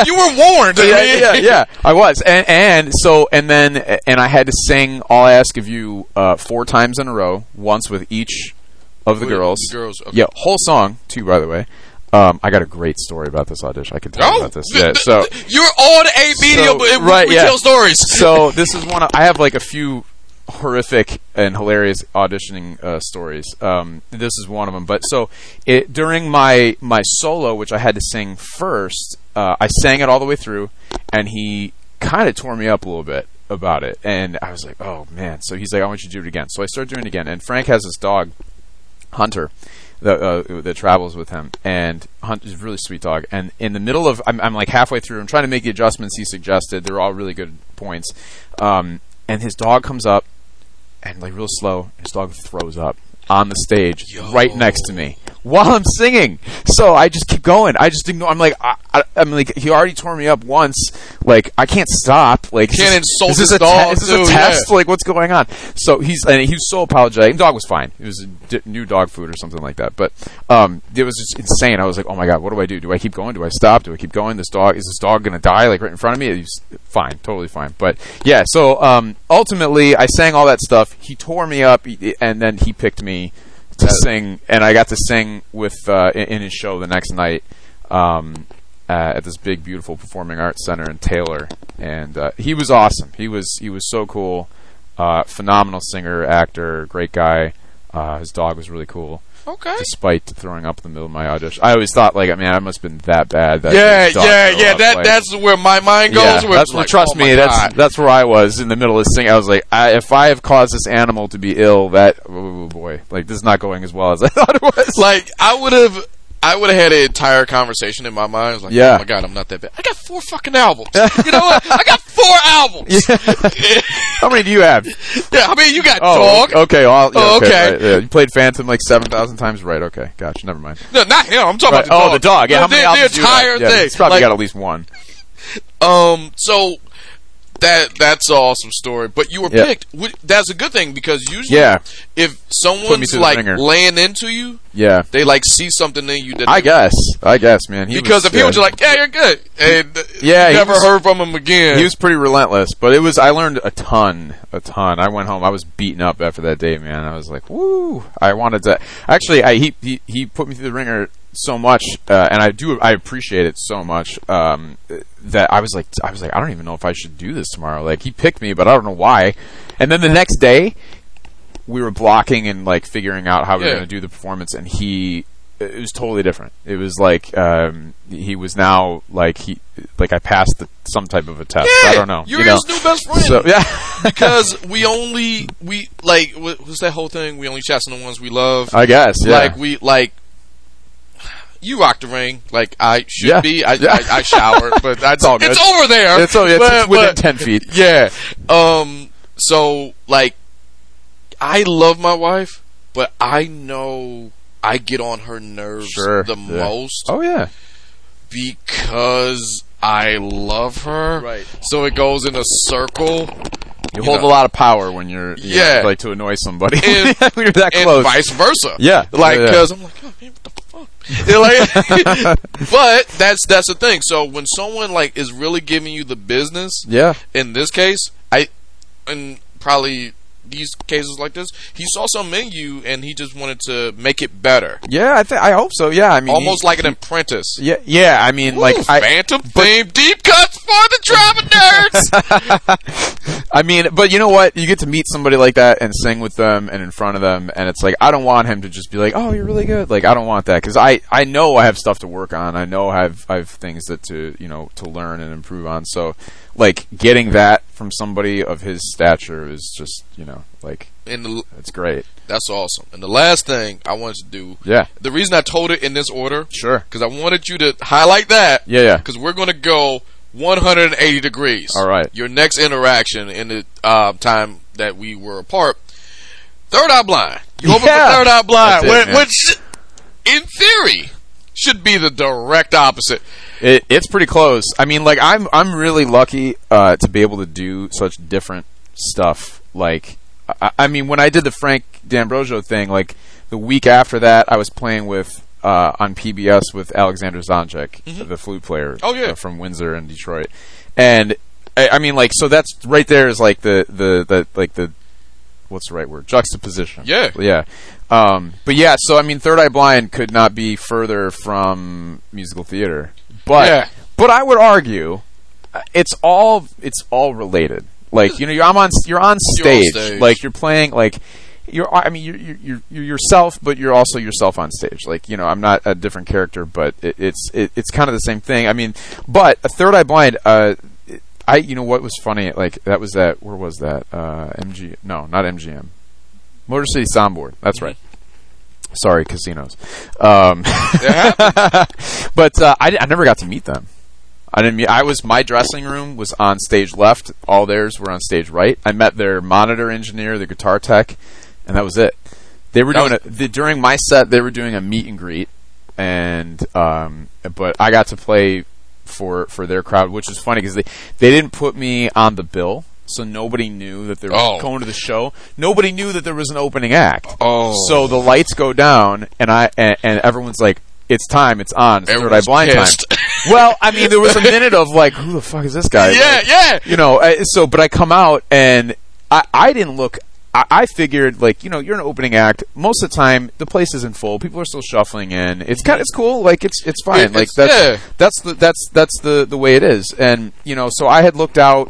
you were warned. I yeah, mean, yeah, yeah, yeah. I was, and, and so, and then, and I had to sing "All I Ask of You" uh, four times in a row, once with each of the With girls. the girls, okay. yeah, whole song too. By the way, um, I got a great story about this audition. I can tell you Oh, about this. th- Yeah, th- so you're on a media, So, but it, right, we yeah. tell stories. so this is one. Of, I have like a few horrific and hilarious auditioning uh, stories. Um, this is one of them. But so it during my my solo, which I had to sing first, uh, I sang it all the way through, and he kind of tore me up a little bit about it. And I was like, oh man. So he's like, I want you to do it again. So I started doing it again. And Frank has this dog, Hunter. that uh, that travels with him, and Hunt is a really sweet dog. And in the middle of, I'm, I'm like halfway through, I'm trying to make the adjustments he suggested. They're all really good points. Um, and his dog comes up, and like real slow, his dog throws up on the stage Yo. right next to me while I'm singing. So I just keep going. I just ignore. I'm like, I, I, I'm like, he already tore me up once. Like I can't stop. Like Can't is- insult is this his a te- dog, is this too, a test? yeah. Like what's going on? So he's and he was so apologetic. The dog was fine. It was d- new dog food or something like that. But um, it was just insane. I was like, oh my god, what do I do? Do I keep going? Do I stop? Do I keep going? This dog is this dog gonna die like right in front of me? He's fine, totally fine. But yeah, so um, ultimately, I sang all that stuff. He tore me up, he- and then he picked me to sing, and I got to sing with uh, in, in his show the next night um, uh, at this big, beautiful performing arts center in Taylor, and uh, he was awesome. He was he was so cool, uh, phenomenal singer, actor, great guy. Uh, his dog was really cool, Okay. despite throwing up in the middle of my audition. I always thought, like, I mean, I must have been that bad. That Yeah, his dog yeah, threw yeah. up, That like- that's where my mind goes. yeah, where it's that's- like, trust oh my me, that's God. that's where I was in the middle of this thing. I was like, I, if I have caused this animal to be ill, that oh boy, like this is not going as well as I thought it was. like I would have. I would have had an entire conversation in my mind. I was like, oh Yeah. my god, I'm not that bad. I got four fucking albums. you know what? I got four albums. Yeah. How many do you have? I mean, you got Oh, dog. okay. All, yeah, Oh, okay. okay. right, yeah. You played Phantom like seven thousand times, right? Okay, gotcha. Never mind. No, not him. I'm talking Right, about the dog. oh, the dog. Yeah, how the, many the albums do you have? entire Yeah, thing. It's probably Like, got at least one. Um, so that that's an awesome story. But you were Yeah. picked. Wh- That's a good thing because usually, Yeah. if me someone's through the like ringer. laying into you, Yeah, they like see something in you that I they- guess. I guess, man. He because was, if he yeah. was just like, yeah, you're good, and uh, Yeah, you he never was- heard from him again. He was pretty relentless, but it was. I learned a ton, a ton. I went home. I was beaten up after that day, man. I was like, "Woo!" I wanted to. Actually, I he he, he put me through the ringer so much, uh, and I do. I appreciate it so much um, that I was like, I was like, I don't even know if I should do this tomorrow. Like he picked me, but I don't know why. And then the next day, we were blocking and like figuring out how we were Yeah. going to do the performance, and he it was totally different. It was like um, he was now like he like I passed the, some type of a test. yeah, I don't know. You're you know? his new best friend. So yeah, because we only we like wha- what's that whole thing? We only chasing the ones we love. I guess. Uh, Yeah. Like we like you rock the ring. Like I should Yeah. be. I, Yeah. I, I shower, but I, It's all good. it's over there. it's, oh, it's, But- it's within but- ten feet. Yeah. Um. So like, I love my wife, but I know I get on her nerves Sure, the yeah. most Oh yeah. because I love her. Right. So it goes in a circle. You You, hold know. a lot of power when you're you Yeah. know, like to annoy somebody. And- when you're that and close. vice versa. Yeah. like Yeah, yeah. because I'm like, oh, man, what the fuck? They're like, but that's that's the thing. So when someone like is really giving you the business, yeah. in this case, I and probably these cases like this, he saw something in you and he just wanted to make it better, Yeah. I think I hope so. Yeah. I mean, almost he- like an apprentice. Yeah. Yeah. I mean, Ooh, like I. Phantom theme deep cuts for the drama nerds. I mean, but you know what? You get to meet somebody like that and sing with them and in front of them, and it's like I don't want him to just be like, "Oh, you're really good." Like I don't want that because I I know I have stuff to work on. I know I have I have things that to you know to learn and improve on. So, like getting that from somebody of his stature is just you know like and the, it's great. that's awesome. And the last thing I wanted to do, Yeah, the reason I told it in this order, sure. because I wanted you to highlight that, Yeah, yeah. because we're gonna go 180 degrees. All right. Your next interaction in the uh, time that we were apart. Third Eye Blind. You open Yeah. for Third Eye Blind, That's it, whi- man. which, in theory, should be the direct opposite. It, it's pretty close. I mean, like I'm I'm really lucky uh, to be able to do such different stuff. Like, I, I mean, when I did the Frank D'Ambrosio thing, like the week after that, I was playing with uh, on PBS with Alexander Zonchek, the flute player. Oh, yeah. uh, from Windsor and Detroit, and I, I mean, like, so that's right there is like the the, the like the what's the right word juxtaposition Yeah. yeah um, but yeah so i mean third eye blind could not be further from musical theater but Yeah. but i would argue uh, it's all it's all related like you know you're I'm on you're on You're on stage, stage. like you're playing like you're I mean you're, you're you're you're yourself but you're also yourself on stage like you know I'm not a different character but it, it's it, it's kind of the same thing I mean but a third eye blind uh I you know what was funny like that was that where was that uh MG no not MGM Motor City Soundboard that's right Sorry, casinos. Um, It happened. but uh, I, I never got to meet them. I didn't. Meet, I was my dressing room was on stage left. All theirs were on stage right. I met their monitor engineer, the guitar tech, and that was it. They were That doing was- a, the, during my set. They were doing a meet and greet, and um, but I got to play for for their crowd, which is funny because they they didn't put me on the bill. So nobody knew that they were Oh. going to the show. Nobody knew that there was an opening act. Oh. so the lights go down, and I and, and everyone's like, "It's time! It's on!" It's third eye Everyone's blind pissed. time. Well, I mean, there was a minute of like, "Who the fuck is this guy?" yeah, Like, yeah. you know. I, so, but I come out and I, I didn't look. I, I figured like, you know, you're an opening act. Most of the time, the place isn't full. People are still shuffling in. It's kind, it's cool. Like, it's it's fine. It- like it's- that's yeah. that's the that's that's the the way it is. And you know, so I had looked out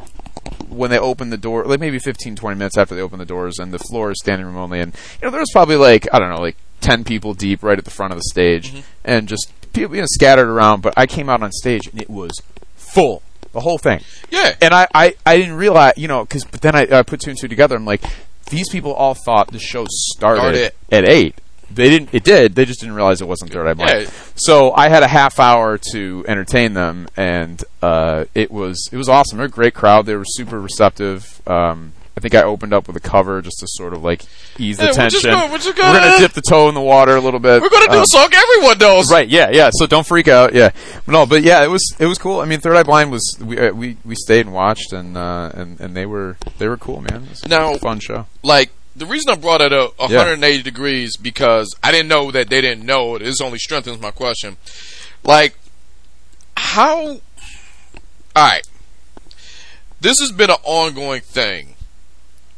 when they opened the door, like maybe 15, 20 minutes after they opened the doors, and the floor is standing room only. And you know, there was probably like I don't know, like ten people deep right at the front of the stage, Mm-hmm. and just people you know scattered around. But I came out on stage and it was full, the whole thing. Yeah. And I I, I didn't realize you know because but then I, I put two and two together. I'm like, these people all thought the show started Started. at eight. They didn't. It did. They just didn't realize it wasn't third eye blind. Yeah. So I had a half hour to entertain them, and uh, it was it was awesome. They're a great crowd. They were super receptive. Um, I think I opened up with a cover just to sort of like ease Yeah, the we're just tension. gonna- we're just We're gonna- gonna dip the toe in the water a little bit. We're gonna do Um, a song everyone knows. Right, yeah, yeah. So don't freak out. Yeah, no, but yeah, it was it was cool. I mean, Third Eye Blind was we uh, we, we stayed and watched, and uh, and and they were they were cool, man. It was, Now- it was a fun show. Like the reason I brought it up Yeah. 180 degrees because I didn't know that they didn't know. This only strengthens my question. Like how? All right. This has been an ongoing thing,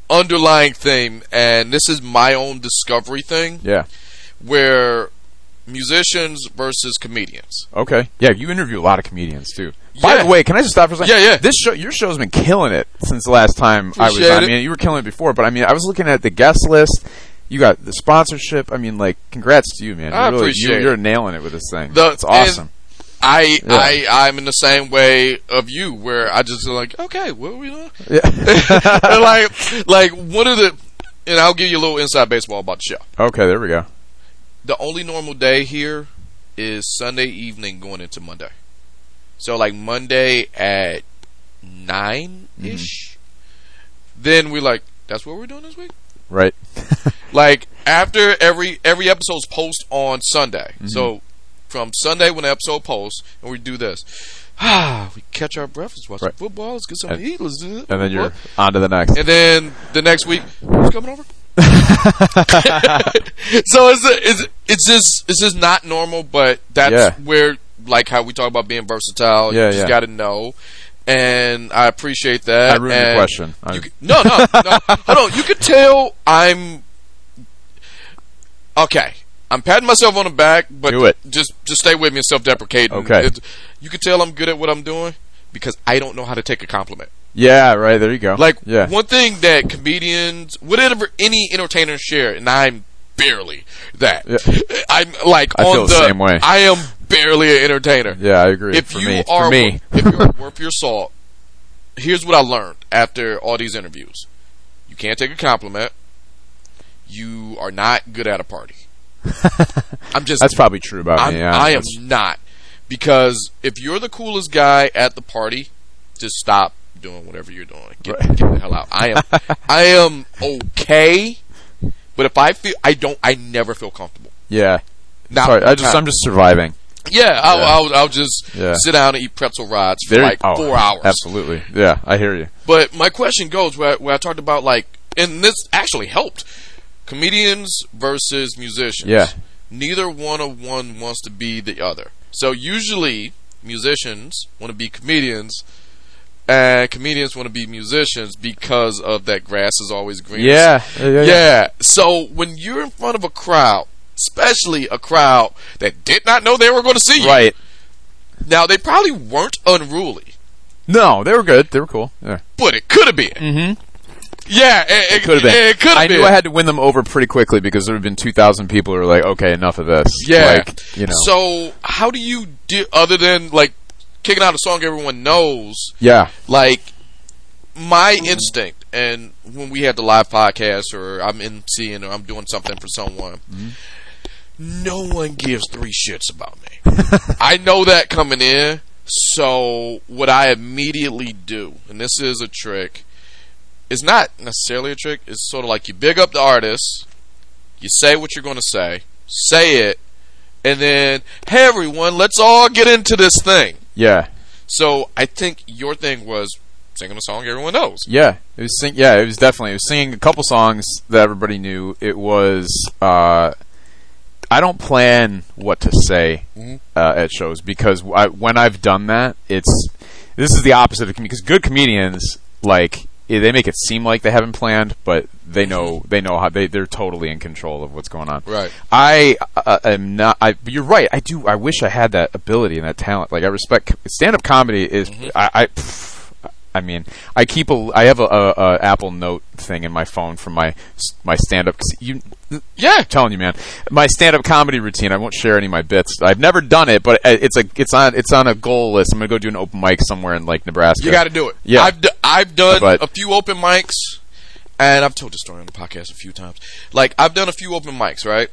underlying thing, and this is my own discovery thing Yeah. where musicians versus comedians. Okay. Yeah, you interview a lot of comedians too. By Yeah. the way, can I just stop for a second? Yeah, yeah. This show, your show's been killing it since the last time I Appreciate was. it. I mean, you were killing it before, but I mean, I was looking at the guest list. You got the sponsorship. I mean, like, congrats to you, man. I You're really- appreciate it. you, are nailing it with this thing. The- That's awesome. I Yeah. I I'm in the same way of you where I just like okay, what are we doing? yeah. And like like one of the and I'll give you a little inside baseball about the show. okay, there we go. The only normal day here is Sunday evening going into Monday. So like Monday at nine ish. Mm-hmm. Then we like that's what we're doing this week. Right. Like after every every episode's post on Sunday. Mm-hmm. So from Sunday when the episode posts, and we do this. Ah, we catch our breath. Let's watch some Right. football. Let's get something And- to eat. Let's do it. And then you're on to the next. And then the next week, who's coming over? so it's it's it's just it's just not normal, but that's Yeah. where like how we talk about being versatile. Yeah, you just yeah. got to know, and I appreciate that. I ruined your and question. you I- c- no, no, no. Hold on. You could tell I'm okay. I'm patting myself on the back, but Do it. just just stay with me and self deprecating. Okay. you could tell I'm good at what I'm doing because I don't know how to take a compliment. Yeah, right. There you go. Like yeah. one thing that comedians, whatever any entertainers share, and I'm barely that. Yeah. I'm like I on feel the same way. I am barely an entertainer. yeah, I agree. If for you me, are for me, if you're worth your salt, here's what I learned after all these interviews: you can't take a compliment. You are not good at a party. I'm just that's probably true about I'm, me. Yeah, I am That's- not. Because if you're the coolest guy at the party, just stop doing whatever you're doing. Get, Right. get the hell out. I am I am okay, but if I feel I don't I never feel comfortable. Yeah. Not Sorry, I one just time. I'm just surviving. Yeah, I'll, Yeah. I'll, I'll just Yeah. sit down and eat pretzel rods for There- like oh, four hours. Absolutely. Yeah, I hear you. But my question goes where, where I talked about like, and this actually helped comedians versus musicians. Yeah. Neither one of one wants to be the other. So usually musicians want to be comedians. And comedians want to be musicians because of that grass is always green. Yeah. Yeah. yeah, yeah. yeah. So when you're in front of a crowd, especially a crowd that did not know they were going to see you, Right. now they probably weren't unruly, No, they were good. They were cool. Yeah. but it could have been. Mm-hmm. Yeah, it, Could have been. It could I have been. knew I had to win them over pretty quickly because there have been two thousand people who were like, "Okay, enough of this." yeah. Like, you know. So how do you do other than like kicking out a song everyone knows? yeah. Like Mm-hmm. my instinct, and when we had the live podcast, or I'm emceeing, or I'm doing something for someone, Mm-hmm. no one gives three shits about me. I know that coming in. So what I immediately do, and this is a trick, it's not necessarily a trick. It's sort of like you big up the artist, you say what you're going to say, say it, and then hey everyone, let's all get into this thing. Yeah, So I think your thing was singing a song everyone knows. yeah. It was sing- yeah, it was definitely it was singing a couple songs that everybody knew. It was uh, I don't plan what to say Mhm. uh, at shows because I, when I've done that, it's this is the opposite of com- because good comedians like eh, they make it seem like they haven't planned, but they know they know how they they're totally in control of what's going on. Right. I uh, am not. I, you're right. I do. I wish I had that ability and that talent. Like I respect stand-up comedy is. Mm-hmm. I. I pff, I mean, I keep a. I have a, a, a Apple Note thing in my phone from my s- my stand-up. 'cause You, Yeah. I'm telling you, man, my stand-up comedy routine. I won't share any of my bits. I've never done it, but uh, it's a. It's on. It's on a goal list. I'm gonna go do an open mic somewhere in like Nebraska. You got to do it. Yeah. I've, d- I've done But- a few open mics, and I've told this story on the podcast a few times. Like, I've done a few open mics, right?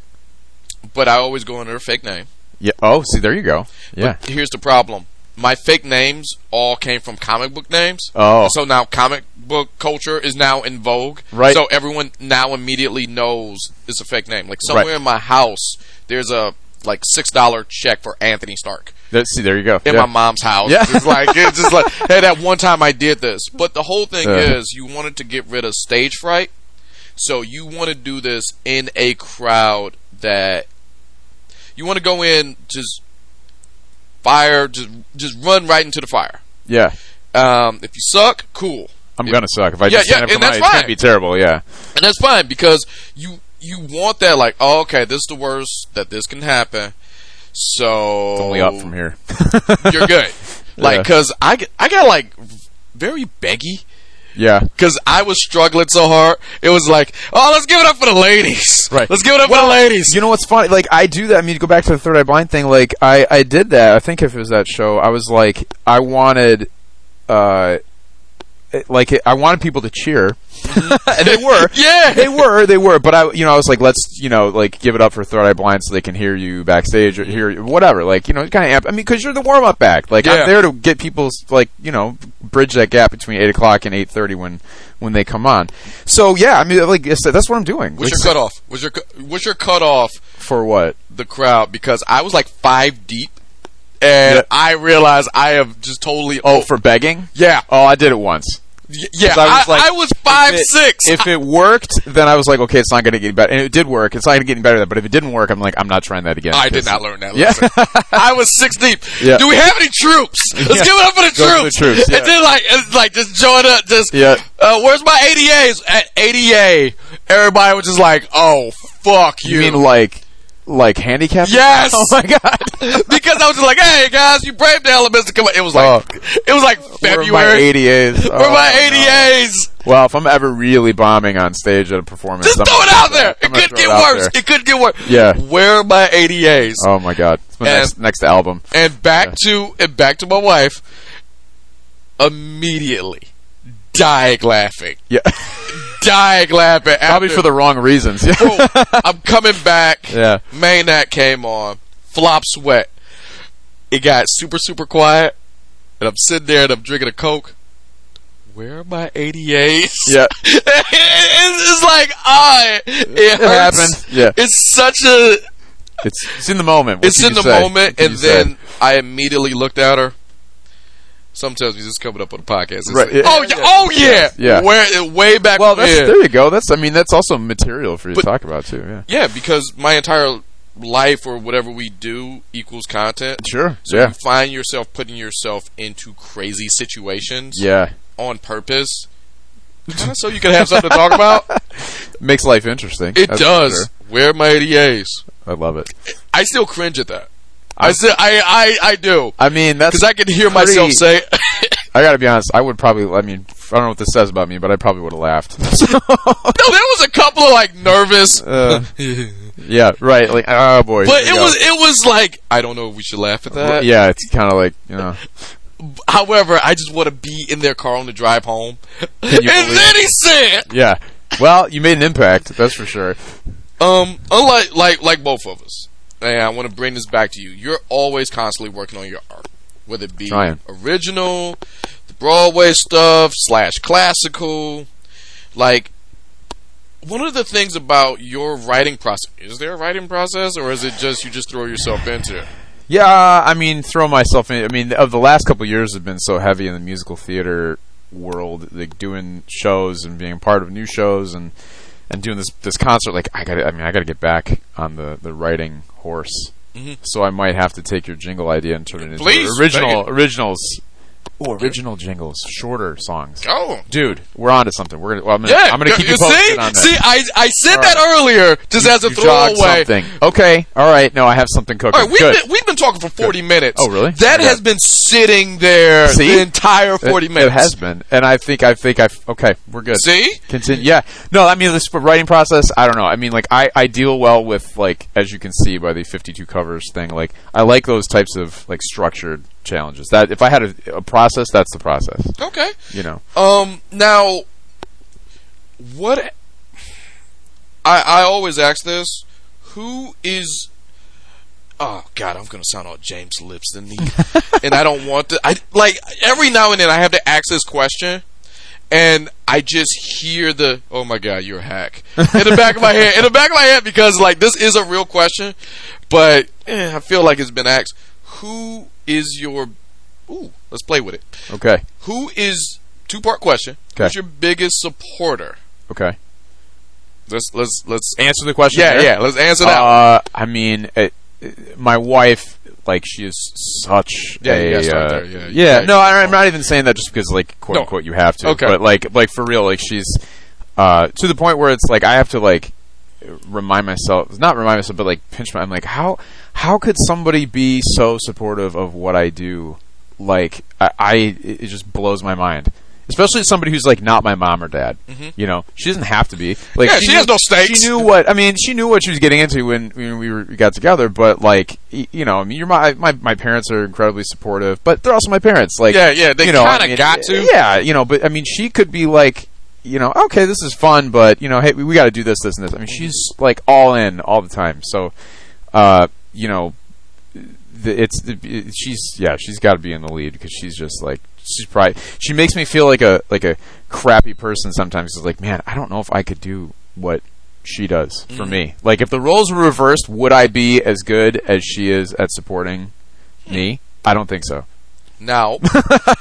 But I always go under a fake name. Yeah. Oh, see, there you go. Yeah. Here's the problem my fake names all came from comic book names. Oh. So now comic book culture is now in vogue. Right. So everyone now immediately knows it's a fake name. Like, somewhere Right. in my house, there's a. Like six dollar check for Anthony Stark There- see, there you go. in Yeah. my mom's house. Yeah. It's like it's just like hey, that one time I did this. But the whole thing Yeah. is you wanted to get rid of stage fright, so you want to do this in a crowd that you want to go in just fire, just just run right into the fire. Yeah. Um, if you suck, cool, I'm gonna suck if I Yeah, just yeah, stand up and that's comedy. It's fine. gonna be terrible. Yeah. and that's fine because you you want that like oh, okay, this is the worst that this can happen. So It's only up from here. You're good, like Yeah. because I get- I got like very beggy. Yeah. because I was struggling so hard. It was like, oh, let's give it up for the ladies. Right. Let's give it up for the ladies. You know what's funny? Like I do that. I mean, to go back to the Third Eye Blind thing. Like I, I did that. I think if it was that show, I was like, I wanted, uh, it- like it, I wanted people to cheer, and they were. Yeah. they were. They were. But I, you know, I was like, let's, you know, like give it up for Third Eye Blind so they can hear you backstage or hear whatever. Like you know, kind of amp. I mean, because you're the warm up act. Like Yeah. I'm there to get people's like you know bridge that gap between eight o'clock and eight thirty when when they come on. So yeah, I mean, like I said, that's what I'm doing. what's your Like, cutoff? What's your cu- what's your cutoff? for what? The crowd because I was like five deep, and Yeah. I realized I have just totally Oh, for begging? yeah Oh, I did it once. Y- yeah. 'Cause I was, I was like, I, was five if it- six. If it worked, then I was like, okay, it's not going to get better. And it did work. It's not going to get any better. than that. But if it didn't work, I'm like, I'm not trying that again. I did 'Cause- not learn that Yeah. lesson. I was six deep. Yeah. Do we have any troops? Let's Yeah. give it up for the Go for the troops. troops, yeah. And then like it's like just join up. Just Yeah. Uh, where's my ADAs? At ADA, everybody was just like, oh fuck you. You mean like, like handicap? Yes! Oh my god. because I was just like, "Hey guys, you brave the elements to come." out." It was like, Oh. it was like Where are my February. ADAs? Where are my Oh, no. ADAs? Well, if I'm ever really bombing on stage at a performance, Just I'm throw it gonna- out there. I'm It gonna could throw get out worse. there. It could get worse. Yeah. Where are my ADAs? Oh my god. It's my And- next, next album. And back to and back to my wife. Immediately, dying laughing, Yeah. dying laughing. Probably after- for the wrong reasons. Boom. I'm coming back. Yeah. Main act came on. Flop sweat. It got super, super quiet. And I'm sitting there and I'm drinking a Coke. Where are my 88s? Yeah. It- it's it's like, I. It, It hurts. happened. Yeah. It's such a. It's, it's in the moment. What it's can in the you say? What moment. can And you say? then I immediately looked at her. Some tells me this is coming up on the podcast. It's Right, like, yeah. oh, yeah. Oh, yeah. Yeah. Where, way back Well, that's, when. there you go. That's I mean that's also material for you But- to talk about too. Yeah. Yeah, because my entire life or whatever we do equals content. Sure. So yeah. you find yourself putting yourself into crazy situations Yeah. on purpose. Kind of so you can have something to talk about. Makes life interesting. It that's for does. sure. Where are my ADAs? I love it. I still cringe at that. I still, I, I, I do. I mean, that's Because I can hear myself say, pretty- I gotta be honest. I would probably. I mean, I don't know what this says about me, but I probably would have laughed. no, there was a couple of like nervous, Uh, yeah. Right. Like, oh boy. but it here we go. was, it was like, I don't know if we should laugh at that. yeah. It's kind of like you know. However, I just want to be in their car on the drive home. Can And you believe- then he said, Yeah. Well, you made an impact. That's for sure. Um, unlike like like both of us, and I want to bring this back to you. You're always constantly working on your art, whether it be Trying. original, the Broadway stuff, slash classical. Like, one of the things about your writing process is there a writing process, or is it just you just throw yourself into it? Yeah, I mean, throw myself in. I mean, of the last couple of years have been so heavy in the musical theater world, like doing shows and being part of new shows and and doing this this concert. Like, I got, to I mean, I got to get back on the the writing horse. Mhm. So I might have to take your jingle idea and turn it into Please, original thank originals. original jingles, shorter songs. Oh, Dude, we're on to something. We're gonna, well, I'm gonna, yeah. I'm gonna keep you posted see, on that. see, I I said All that earlier just You- as a you jogged throwaway. Something. Okay. All right. No, I have something cooking. All right, we've Good. been, we've been talking for 40 minutes. Oh, really? That Okay. has been sitting there See? the entire 40 it, minutes. It has been, and I think I think I okay. We're good. See? Continue. Yeah. No, I mean this writing process. I don't know. I mean, like I I deal well with like as you can see by the fifty two covers thing. Like I like those types of like structured challenges. That if I had a, a process, that's the process. Okay. You know. Um, now, what? I I always ask this: Who is? Oh God, I'm gonna sound all James Lipson, and I don't want to. I like every now and then I have to ask this question, and I just hear the "Oh my God, you're a hack" in the back of my head. In the back of my head, because like this is a real question, but eh, I feel like it's been asked. Who is your? Ooh, let's play with it. Okay. Who is two part question? Okay. Who's your biggest supporter? Okay. Let's let's let's Answer the question. yeah there. yeah let's answer that. Uh, I mean, it, it- my wife, like, she is such Yeah, you a. gotta start uh, there, yeah, you yeah, gotta- no, I, I'm not even saying that just because, like, quote No. unquote, you have to. Okay. But like, like for real, like she's uh, to the point where it's like I have to like remind myself, not remind myself, but like pinch my. I'm like, how how could somebody be so supportive of what I do? Like, I, I it it just blows my mind. Especially somebody who's like not my mom or dad, you know, she doesn't have to be. Like, Mm-hmm. Yeah, she has knew- no stakes. She knew what I mean. She knew what she was getting into when, when we, were, we got together. But like, y- you know, I mean, you're my, my my parents are incredibly supportive, but they're also my parents. Like, Yeah, yeah, they you know, I kinda mean, got to. Yeah, you know, but I mean, she could be like, you know, okay, this is fun, but you know, hey, we, we got to do this, this, and this. I mean, she's like all in all the time. So, uh, you know, the, it's the, it, she's yeah, she's got to be in the lead because she's just like she's probably she makes me feel like a like a crappy person sometimes. It's like, man, I don't know if I could do what she does Mm-hmm. for me. Like, if the roles were reversed, would I be as good as she is at supporting Hmm. me? I don't think so. now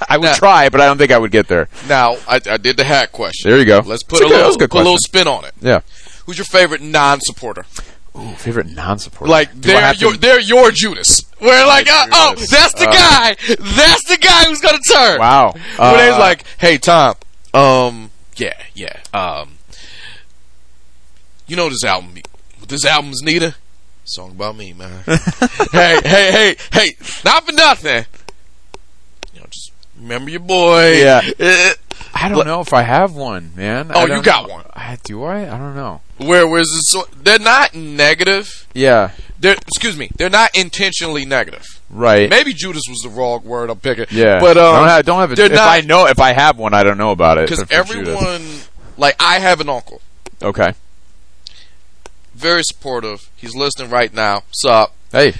I would Now- try, but I don't think I would get there. now I, I did the hack question. There you go. Let's It's put a, a good- that's little a good put a little spin question. on it. Yeah. Who's your favorite non supporter? Ooh, favorite non-supporter. Like Do I they're have to- your they're your Judas. We're like uh, oh Judas. that's the Uh, guy that's the guy who's gonna turn. wow. When they was Uh, like, hey Tom, um yeah yeah um you know this album what this album's needed. Song about me, man. hey, hey, hey, hey, not for nothing. You know, just remember your boy. Yeah. Eh, I don't know if I have one, man. I Oh, you don't got know. one. I, do I? I don't know. where was the so- They're not negative. Yeah. They're excuse me. They're not intentionally negative. Right. Maybe Judas was the wrong word I'm picking. Yeah, but um, I don't have, don't have a, they're if not- I know if I have one, I don't know about it. because If it's Judas. everyone, like I have an uncle, okay, very supportive. He's listening right now. Sup? hey,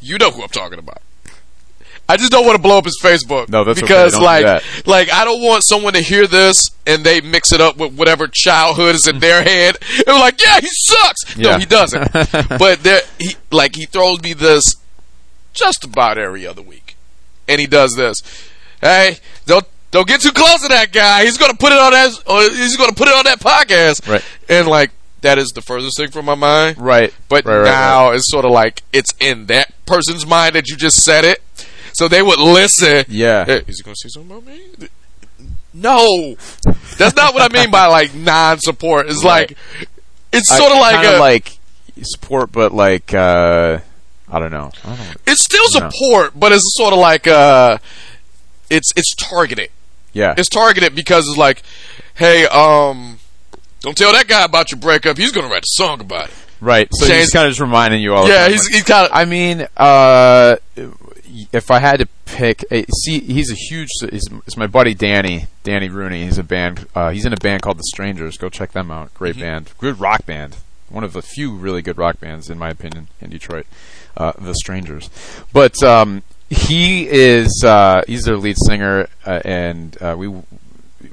You know who I'm talking about. I just don't want to blow up his Facebook. No, that's okay. because Don't do like that. like I don't want someone to hear this and they mix it up with whatever childhood is in their head. And we're like, yeah, he sucks. No, Yeah. he doesn't. but there, he like he throws me this just about every other week, and he does this. Hey, don't don't get too close to that guy. He's gonna put it on that. Or he's gonna put it on that podcast. Right. And like that is the furthest thing from my mind. right, But right, right, now it's sort of like it's in that person's mind that you just said it. So they would listen. Yeah. Hey, is he going to say something about me? No. That's not what I mean by like non support. It's Right. like, it's right. sort of I- like, kinda a, like support, but like uh, I don't know. I don't know. it's still No. support, but it's sort of like, uh, it's, it's targeted. Yeah, It's targeted because it's like, hey, um, don't tell that guy about your breakup. He's going to write a song about it. right. So James- he's kind of just reminding you all. the yeah, time, he's, like- he's kind of, Oh, I mean, uh, if I had to pick, a, see, he's a huge. He's, it's my buddy Danny, Danny Rooney. He's a band. Uh, he's in a band called The Strangers. Go check them out. Great band. Good rock band. one of the few really good rock bands, in my opinion, in Detroit, uh, The Strangers. But um, he is uh, he's their lead singer, uh, and uh, we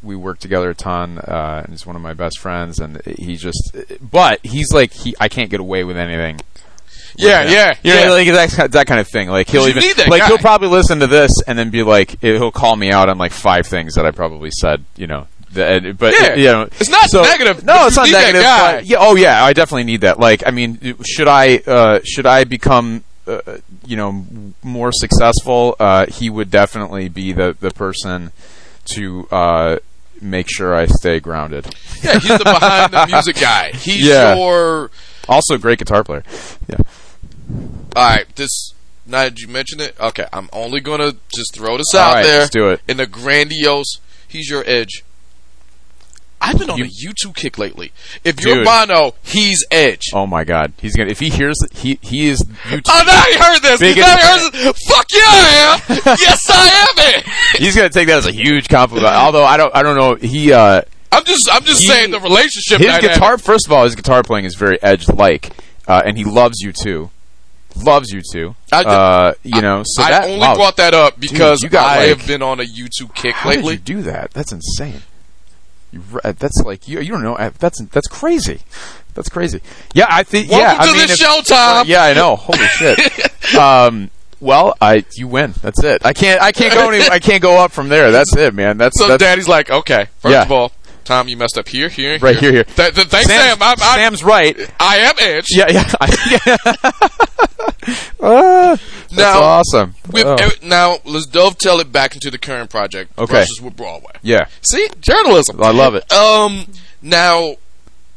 we work together a ton, uh, and he's one of my best friends. And he just, but he's like he I can't get away with anything. Yeah, yeah, You know, yeah. like that, ki- that kind of thing. Like he'll You even need that like guy. he'll probably listen to this and then be like, he'll call me out on like five things that I probably said. You know, that, but Yeah. you know, It's not so- negative, but No, it's you not need that negative. guy. but- yeah, oh yeah, I definitely need that. Like, I mean, should I uh, should I become uh, you know more successful? Uh, he would definitely be the the person to uh, make sure I stay grounded. Yeah, he's the behind the music guy. He's Yeah. your. Also, great guitar player. Yeah. All right, this. Now that you mention it, okay, I'm only gonna just throw this All out right, there. let's do it. In the grandiose, he's your edge. I've been on You- a YouTube kick lately. If you're Dude. Bono, he's edge. Oh my God, he's gonna if he hears it, he he is YouTube. Oh, now you heard this. Biggest- now you heard this. Fuck yeah, I am. yes, I am it. He's gonna take that as a huge compliment. Although I don't, I don't know. He uh, I'm just, I'm just He- saying the relationship. his dynamic. guitar. First of all, his guitar playing is very edge like, uh, and he loves you too. Loves you too. I d- Uh, you know. So I that, only wow, brought that up because you got, I like- have been on a YouTube kick how lately. Did you do that? That's insane. You, re- uh, that's like you. You don't know. uh, That's that's crazy. That's crazy. Yeah, I think. Welcome yeah, I to mean, the if- show, Tom. Uh, Yeah, I know. Holy shit. Um, well, I you win. That's it. I can't. I can't go. Any, I can't go up from there. That's it, man. That's So that's, daddy's like, okay, first Yeah. of all, Tom, you messed up here, here, and Right here, here. Th- th- thanks, Sam's- Sam. I'm, I'm, Sam's right. I am Edge. Yeah, yeah. yeah. Ah, that's Now- awesome. With, Oh. ev- now let's dovetail it back into the current project. Okay. Brushes with Broadway. yeah, See, journalism. I love it. Um, now,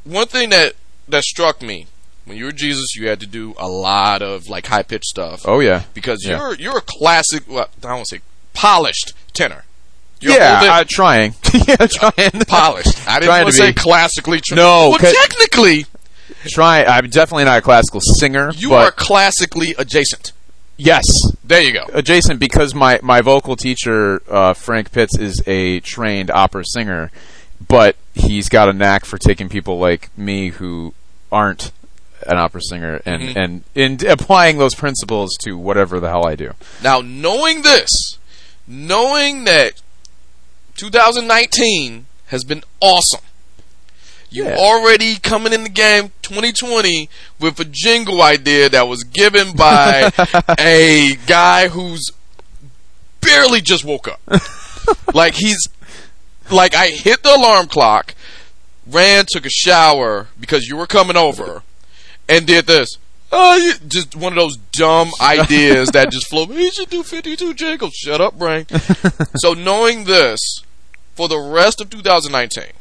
one thing that that struck me when you were Jesus, you had to do a lot of like high pitched stuff Oh yeah, because yeah. you're you're a classic. Well, I don't want to say polished tenor. You're yeah. older- Uh, trying. yeah, trying. polished. I didn't Trying want to to say be. classically. Tra- No, well, 'cause- technically, Trying. I'm definitely not a classical singer. you but are classically adjacent. yes, There you go. adjacent Uh, because my my vocal teacher uh, Frank Pitts is a trained opera singer, but he's got a knack for taking people like me who aren't an opera singer and Mhm. and, and applying those principles to whatever the hell I do. Now, knowing this, knowing that 2019 has been awesome, you Yeah. already coming in the game 2020 with a jingle idea that was given by a guy who's barely just woke up. like he's like I hit the alarm clock, ran, took a shower because you were coming over, and did this. Oh, you, just one of those dumb ideas that just flow. You should do 52 jingles. Shut up, brain. so knowing this, for the rest of 2019,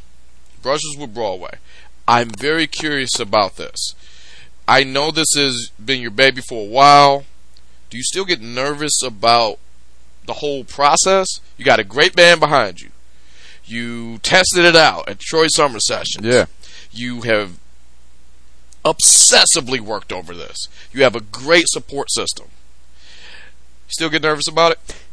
brushes with Broadway. I'm very curious about this. I know this has been your baby for a while. Do you still get nervous about the whole process? You got a great band behind you. You tested it out at Troy Summer Sessions. Yeah. You have obsessively worked over this. You have a great support system. Still get nervous about it?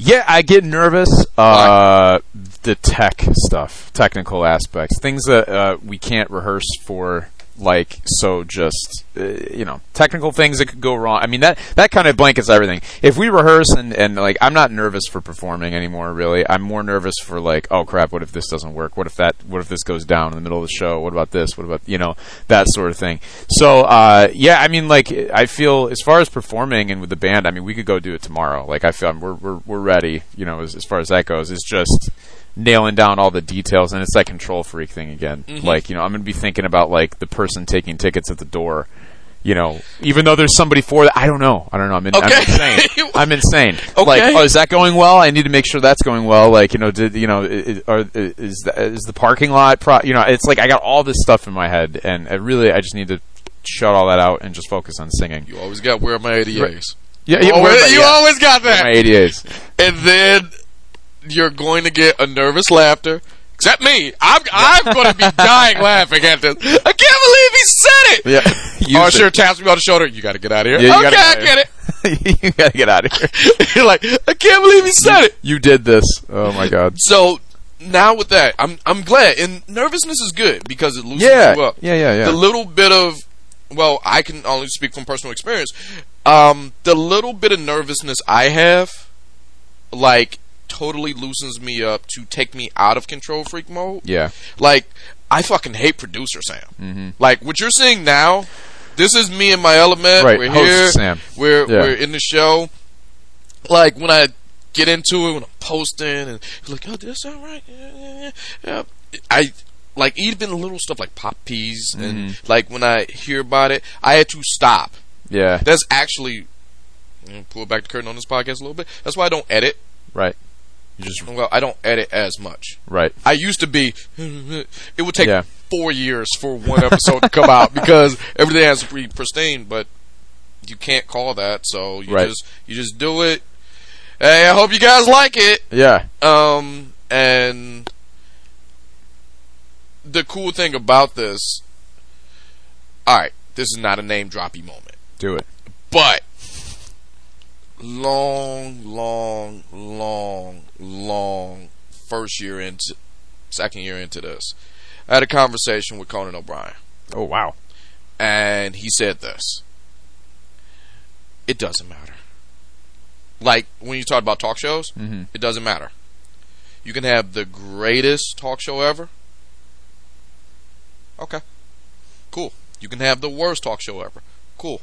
Yeah, I get nervous. Uh, the tech stuff, technical aspects, things that uh, we can't rehearse for. Like so, just uh, you know, technical things that could go wrong. I mean that that kind of blankets everything. If we rehearse and and like, I'm not nervous for performing anymore. Really, I'm more nervous for like, oh crap, what if this doesn't work? What if that? What if this goes down in the middle of the show? What about this? What about you know that sort of thing? So uh, yeah, I mean like I feel as far as performing and with the band, I mean we could go do it tomorrow. Like I feel I'm, we're, we're we're ready. You know as, as far as that goes, it's just nailing down all the details and it's that control freak thing again. Mm-hmm. Like you know I'm gonna be thinking about like the person taking tickets at the door. You know, even though there's somebody for that, I don't know. I don't know. I'm, in, Okay. I'm insane. I'm insane. Okay. Like, oh, is that going well? I need to make sure that's going well. Like, you know, did you know? Is, are, is the, is the parking lot? Pro- you know, it's like I got all this stuff in my head, and I really, I just need to shut all that out and just focus on singing. You always got where are my ADAs. Yeah, You, yeah, where- always, you yeah, always got where that. my ADAs. and then you're going to get a nervous laughter. Except me, I'm I'm going to be dying laughing at this. I can't believe he said it. Yeah, oh, Use sure, it. taps me on the shoulder. You got to get out of here. Yeah, you okay, gotta I get get it. you gotta get out of here. you're like, I can't believe he said it. You did this. Oh my god. So now with that, I'm I'm glad, and nervousness is good because it loosens Yeah, you up. yeah, yeah, yeah. The little bit of, well, I can only speak from personal experience. Um, the little bit of nervousness I have, like, totally loosens me up to take me out of control freak mode. yeah. Like, I fucking hate producer Sam. Mm-hmm. Like what you're seeing now, this is me in my element. Right, we're host here. Sam. We're Yeah. we're in the show. Like when I get into it, when I'm posting, and you're like, oh, did that sound right? Yeah, yeah, yeah. yeah. I like even little stuff like pop peas, Mm-hmm. and like when I hear about it, I had to stop. Yeah. That's actually I'm gonna pull back the curtain on this podcast a little bit. That's why I don't edit. Right. You just Well, I don't edit as much. right. I used to be. It would take Yeah. four years for one episode to come out because everything has to be pristine. But you can't call that, so you Right. just you just do it. Hey, I hope you guys like it. Yeah. Um, and the cool thing about this, all right, this is not a name droppy moment, Do it. but long, long, long, long first year into second year into this. I had a conversation with Conan O'Brien, Oh wow. and he said this. It doesn't matter. Like when you talk about talk shows, Mm-hmm. it doesn't matter. You can have the greatest talk show ever. Okay. Cool. You can have the worst talk show ever. Cool.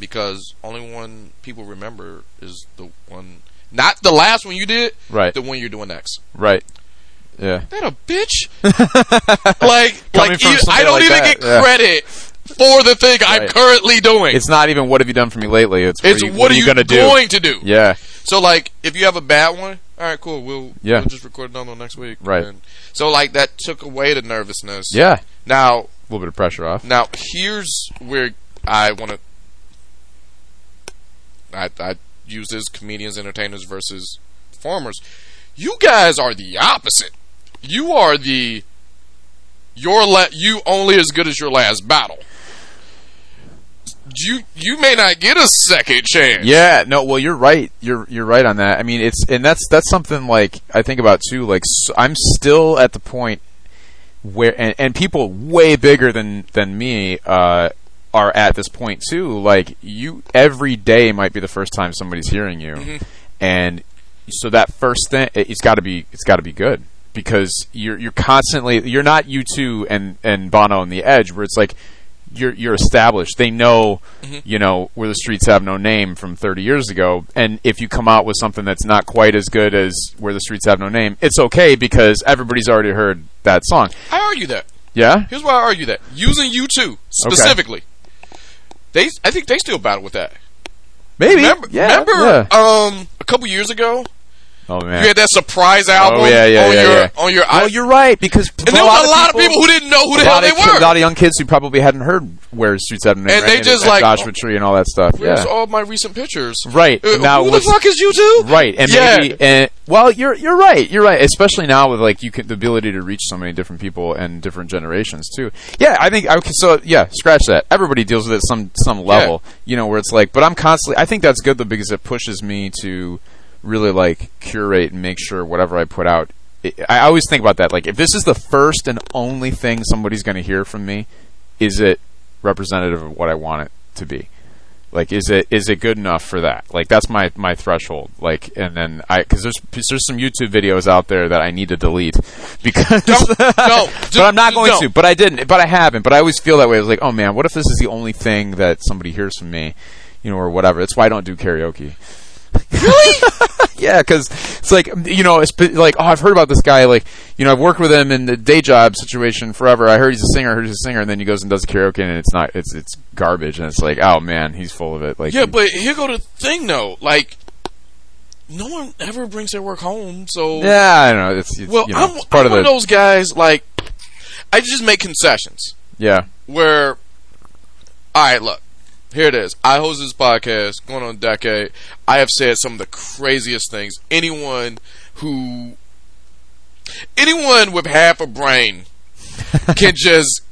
Because only one people remember is the one not the last one you did, Right. the one you're doing next. Right. Yeah. That a bitch? like like from e- I somebody don't like even that, get yeah. credit for the thing I'm Right. currently doing. It's, It's not even what have you done for me lately. It's what, are, you, what, what are you gonna do? going to do? Yeah. So like, if you have a bad one, all right, cool. We'll Yeah. we'll just record another one next week. Right. And so like that took away the nervousness. Yeah. Now A little bit of pressure off. now here's where I want to. I I use this comedians, entertainers versus performers. You guys are the opposite. You are the your la- you only as good as your last battle. You you may not get a second chance. Yeah, no, well, you're right. You're you're right on that. I mean, it's and that's that's something like I think about too. Like s I'm still at the point where and, and people way bigger than than me uh, are at this point too. Like you, every day might be the first time somebody's hearing you, and so that first thing it- it's got to be it's got to be good because you're you're constantly you're not you two and and Bono on the edge where it's like you're you're established. They know Mm-hmm. you know where the streets have no name from 30 years ago, and if you come out with something that's not quite as good as where the streets have no name, it's okay because everybody's already heard that song. I argue that. Yeah, Here's why I argue that using you two specifically, they I think they still battle with that. maybe. Remember, yeah, remember yeah. um, a couple years ago, Oh man. you had that surprise album Oh, yeah, yeah, on, yeah, your, yeah. on your Oh, i- you're right because and there was a lot of people who didn't know who the a hell lot they of ki- were. a lot of young kids who probably hadn't heard where Streets Have No Name And right? they just that like, Joshua Tree and all that stuff. Where's Yeah. all my recent pictures? Right, Uh, who now the what's- fuck is you two? Right, and yeah. maybe and well, you're you're right, you're right. Especially now with like you can, the ability to reach so many different people and different generations too. Yeah, I think I okay, so. Yeah, scratch that. Everybody deals with it some some level, you know, where it's like. But I'm constantly. I think that's good though because it pushes me to really like curate and make sure whatever I put out. I I always think about that. Like, if this is the first and only thing somebody's going to hear from me, is it representative of what I want it to be? Like, is it is it good enough for that? Like, that's my my threshold. Like, and then I because there's 'cause there's some YouTube videos out there that I need to delete because Don't- don't. but I'm not going Don't. to. But I didn't. But I haven't. But I always feel that way. I was like, oh man, what if this is the only thing that somebody hears from me, you know, or whatever. That's why I don't do karaoke. Yeah, because it's like you know, it's been- like oh, I've heard about this guy. Like you know, I've worked with him in the day job situation forever. I heard he's a singer. I heard he's a singer, and then he goes and does karaoke, and it's not. It's it's garbage, and it's like oh man, he's full of it. Like Yeah, but here go the thing though. Like, no one ever brings their work home, so yeah, I don't know. It's, it's well, you know, I'm, it's I'm part one of of the those guys. Like, I just make concessions. yeah. where all right look here it is i host this podcast going on a decade i have said some of the craziest things anyone who anyone with half a brain can just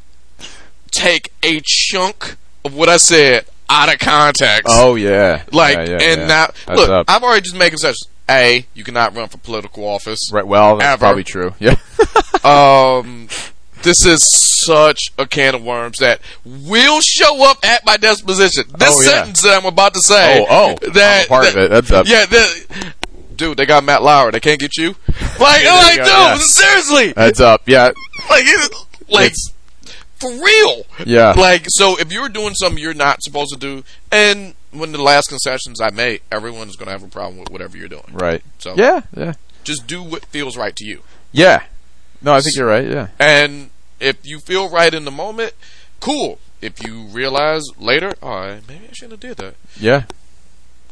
take a chunk of what i said out of context Oh yeah, like Yeah, yeah, and yeah. now That's look up. i've already just made concessions A, you cannot run for political office. Right. Well, that's Ever. probably true. Yeah. Um, this is such a can of worms that will show up at my disposition. This Oh, yeah. sentence that I'm about to say. Oh, oh, I'm a that part that- of it. That's up. Yeah, that, dude, they got Matt Lauer. They can't get you. Like, Yeah, there like, you dude, go, yeah. seriously, That's up. Yeah. like, it, like. for real. Yeah. Like, so if you're doing something you're not supposed to do, and when the last concessions I made, everyone's going to have a problem with whatever you're doing. Right. So Yeah. Yeah. just do what feels right to you. Yeah. No, I think you're right. Yeah. And if you feel right in the moment, cool. If you realize later, all right, maybe I shouldn't have did that. Yeah.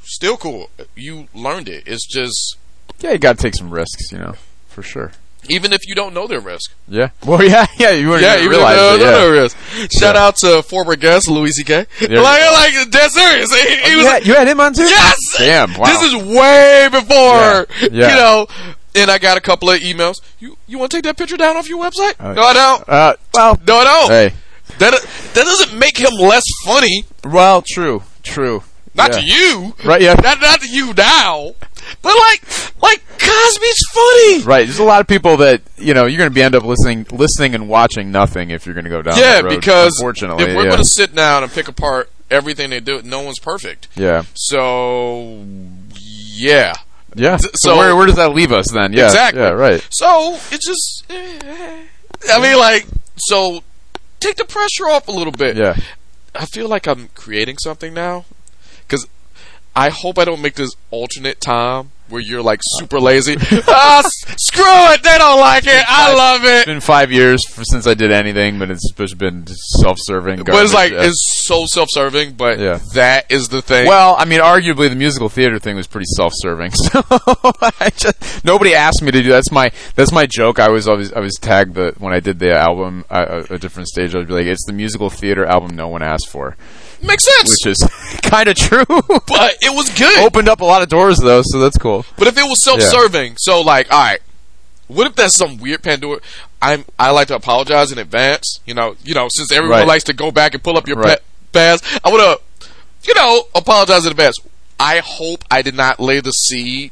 Still cool. You learned it. It's just Yeah. You got to take some risks, you know, for sure. even if you don't know their risk. Yeah. Well, yeah. Yeah. You wouldn't even even if realize you it. Yeah. risk. Shout out to former guest Louis C.K. Yeah. Like, like dead serious. He, he You was had- you had him on too? Yes! Damn. Wow. This is way before, Yeah, yeah. you know. And I got a couple of emails. You you want to take that picture down off your website? Uh, no, I don't. Uh, well. No, I don't. Hey. That that doesn't make him less funny. Well, true. True. Not yeah. to you, Right. Yeah. not not to you now, but like like Cosby's funny. Right, there's a lot of people that you know you're going to be end up listening, listening and watching nothing if you're going to go down. yeah, that road, because unfortunately, if we're yeah. gonna sit down and pick apart everything they do, no one's perfect. yeah, So yeah. yeah. So, so- where, where does that leave us then? Yeah, Exactly. Yeah, right. So it's just, eh, I mean, like, so take the pressure off a little bit. Yeah, I feel like I'm creating something now because I hope I don't make this alternate time where you're like super lazy. ah, s- screw it, they don't like it. I love it's it. been five years f- since I did anything, but it's just been self-serving. But it's garbage, like yeah. it's so self-serving, but Yeah. that is the thing. well, I mean, arguably the musical theater thing was pretty self-serving. So I just, nobody asked me to do. That's my that's my joke. I was always I was tagged the when I did the album uh, a, a different stage. I'd be like, it's the musical theater album no one asked for, makes sense. which is kind of true. but it was good. opened up a lot of doors though, so that's cool. But if it was self-serving, so like, all right, what if that's some weird Pandora? I'm I like to apologize in advance. You know, you know, since everyone Right. likes to go back and pull up your Right. pa- past, I want to, you know, apologize in advance. I hope I did not lay the seed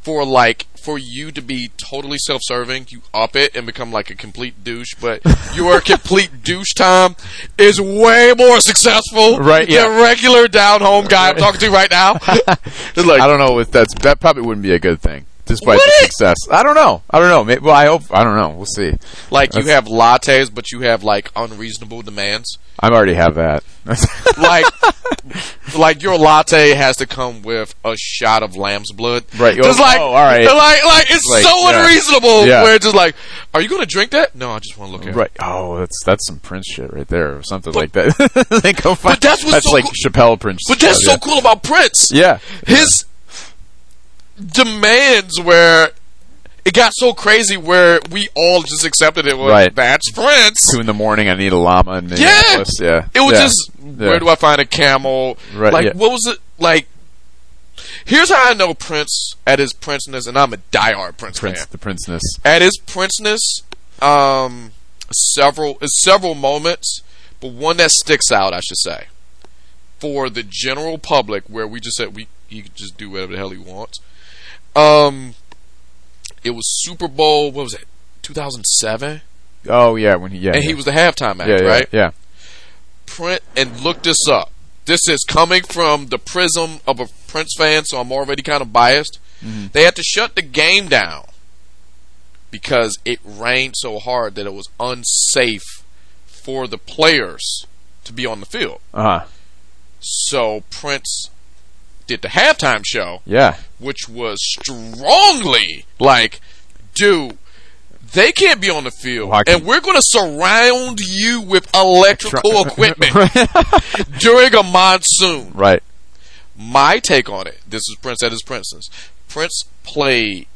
for like for you to be totally self-serving. You up it and become like a complete douche, but your complete douche time is way more successful Right, yeah. than regular down home guy I'm talking to right now. It's like, I don't know if that's that probably wouldn't be a good thing, despite Would the it? success. I don't know. I don't know. Maybe, well, I hope. I don't know. We'll see. Like you have lattes, but you have like unreasonable demands. I already have that. Like, like your latte has to come with a shot of lamb's blood. Right. Just Oh, like, oh, all right. Like, like it's Like, so yeah. unreasonable. Yeah. Where it's just like, are you gonna drink that? No, I just want to look at. it. right. Oh, that's that's some Prince shit right there, or something like that. they go find, that's what's so like cool- Chappelle Prince. But that's so stuff, cool about Prince. yeah. Yeah. His demands where it got so crazy where we all just accepted it. Well, Right. That's Prince. Two in the morning, I need a llama and Yeah. Minneapolis. Yeah, It was Yeah. just Yeah. where do I find a camel? Right, Like yeah. what was it like? Here's how I know Prince at his princeness, and I'm a diehard Prince, Prince, fan. the princeness. At his princeness, um, several uh, several moments, but one that sticks out, I should say, for the general public, where we just said we he could just do whatever the hell he wants. Um, it was Super Bowl. What was it? 2007, Oh yeah, when he yeah, and yeah. he was the halftime act, yeah, yeah, right? yeah. print and look this up. This is coming from the prism of a Prince fan, so I'm already kind of biased. Mm-hmm. They had to shut the game down because it rained so hard that it was unsafe for the players to be on the field. Uh huh. So Prince did the halftime show, Yeah. which was strongly like, dude. They can't be on the field, Well, I can- and we're going to surround you with electrical equipment during a monsoon. right. My take on it. This is Prince at his Prince's. Prince played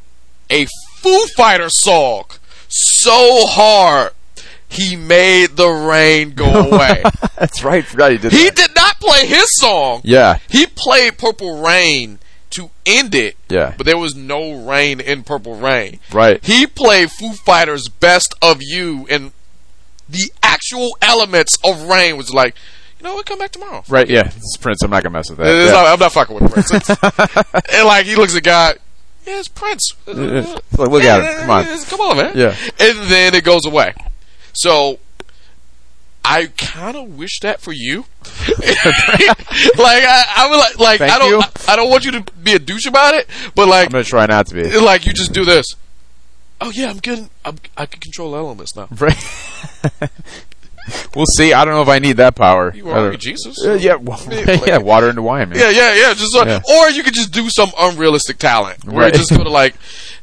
a Foo Fighter song so hard he made the rain go away. That's right. Forgot he did. he That. did not play his song. Yeah. He played Purple Rain to end it, Yeah. but there was no rain in Purple Rain. Right. He played Foo Fighters Best of You and the actual elements of rain was like, you know what, come back tomorrow. Right, yeah. It's Prince. I'm not gonna mess with that. It's Yeah. not- I'm not fucking with Prince. It's- and like he looks at God, yeah, it's Prince. Yeah. Like, look at him. Come on. Come on, man. Yeah. And then it goes away. So I kind of wish that for you. like I, I would like, like I Thank don't, you. I, I don't want you to be a douche about it, but like, I'm gonna try not to be. like you just do this. Oh yeah, I'm getting, I'm, I can control elements now. Right. we'll see. I don't know if I need that power. You I are don't- Jesus. Uh, yeah, well, yeah, water into wine, man. Yeah, yeah, yeah. Just like, Yeah. or you could just do some unrealistic talent where Right. you just go to like,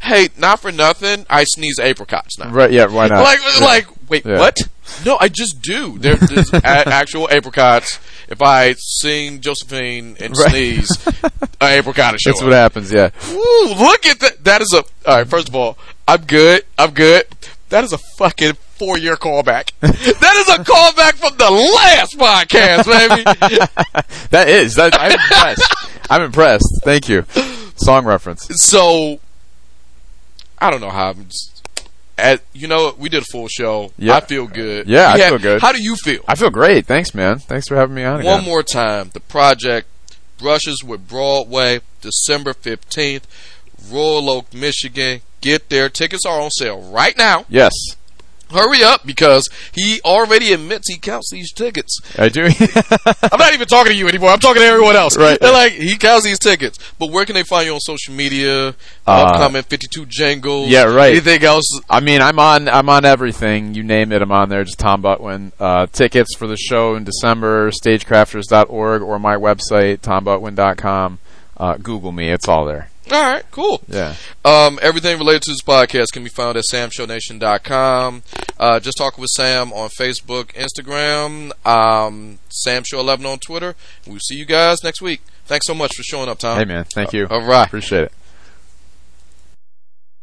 hey, not for nothing, I sneeze apricots now. Right, yeah, why not? Like, like, wait, Yeah. what? No, I just do. There, there's a- actual apricots. If I sing Josephine and Right. sneeze, an apricot is showing. That's what happens, yeah. Ooh, look at that. That is a. All right, first of all, I'm good. I'm good. That is a fucking four year callback. that is a callback from the last podcast, baby. That is. That, I'm impressed. I'm impressed. Thank you. Song reference. so I don't know how I'm just, at you know we did a full show. Yeah. I feel good. Yeah, We I had- feel good. How do you feel? I feel great. Thanks, man. Thanks for having me on One again. more time, the project brushes with Broadway, December fifteenth, Royal Oak, Michigan. Get there. Tickets are on sale right now. Yes, Hurry up because he already admits he counts these tickets. I do. I'm not even talking to you anymore. I'm talking to everyone else. Right. They're like, he counts these tickets. But where can they find you on social media? Upcoming 52 jingles. Uh, yeah, right. Anything else? I mean, I'm on. I'm on everything. You name it, I'm on there. Just Tom Butwin. Uh, tickets for the show in December. Stagecrafters.org or my website tombutwin.com. Uh, Google me. It's all there. All right, cool. Yeah. Um, everything related to this podcast can be found at samshownation.com. Uh, just talk with Sam on Facebook, Instagram, um, samshow11 on Twitter. We'll see you guys next week. Thanks so much for showing up, Tom. Hey, man. Thank you. All right. Appreciate it.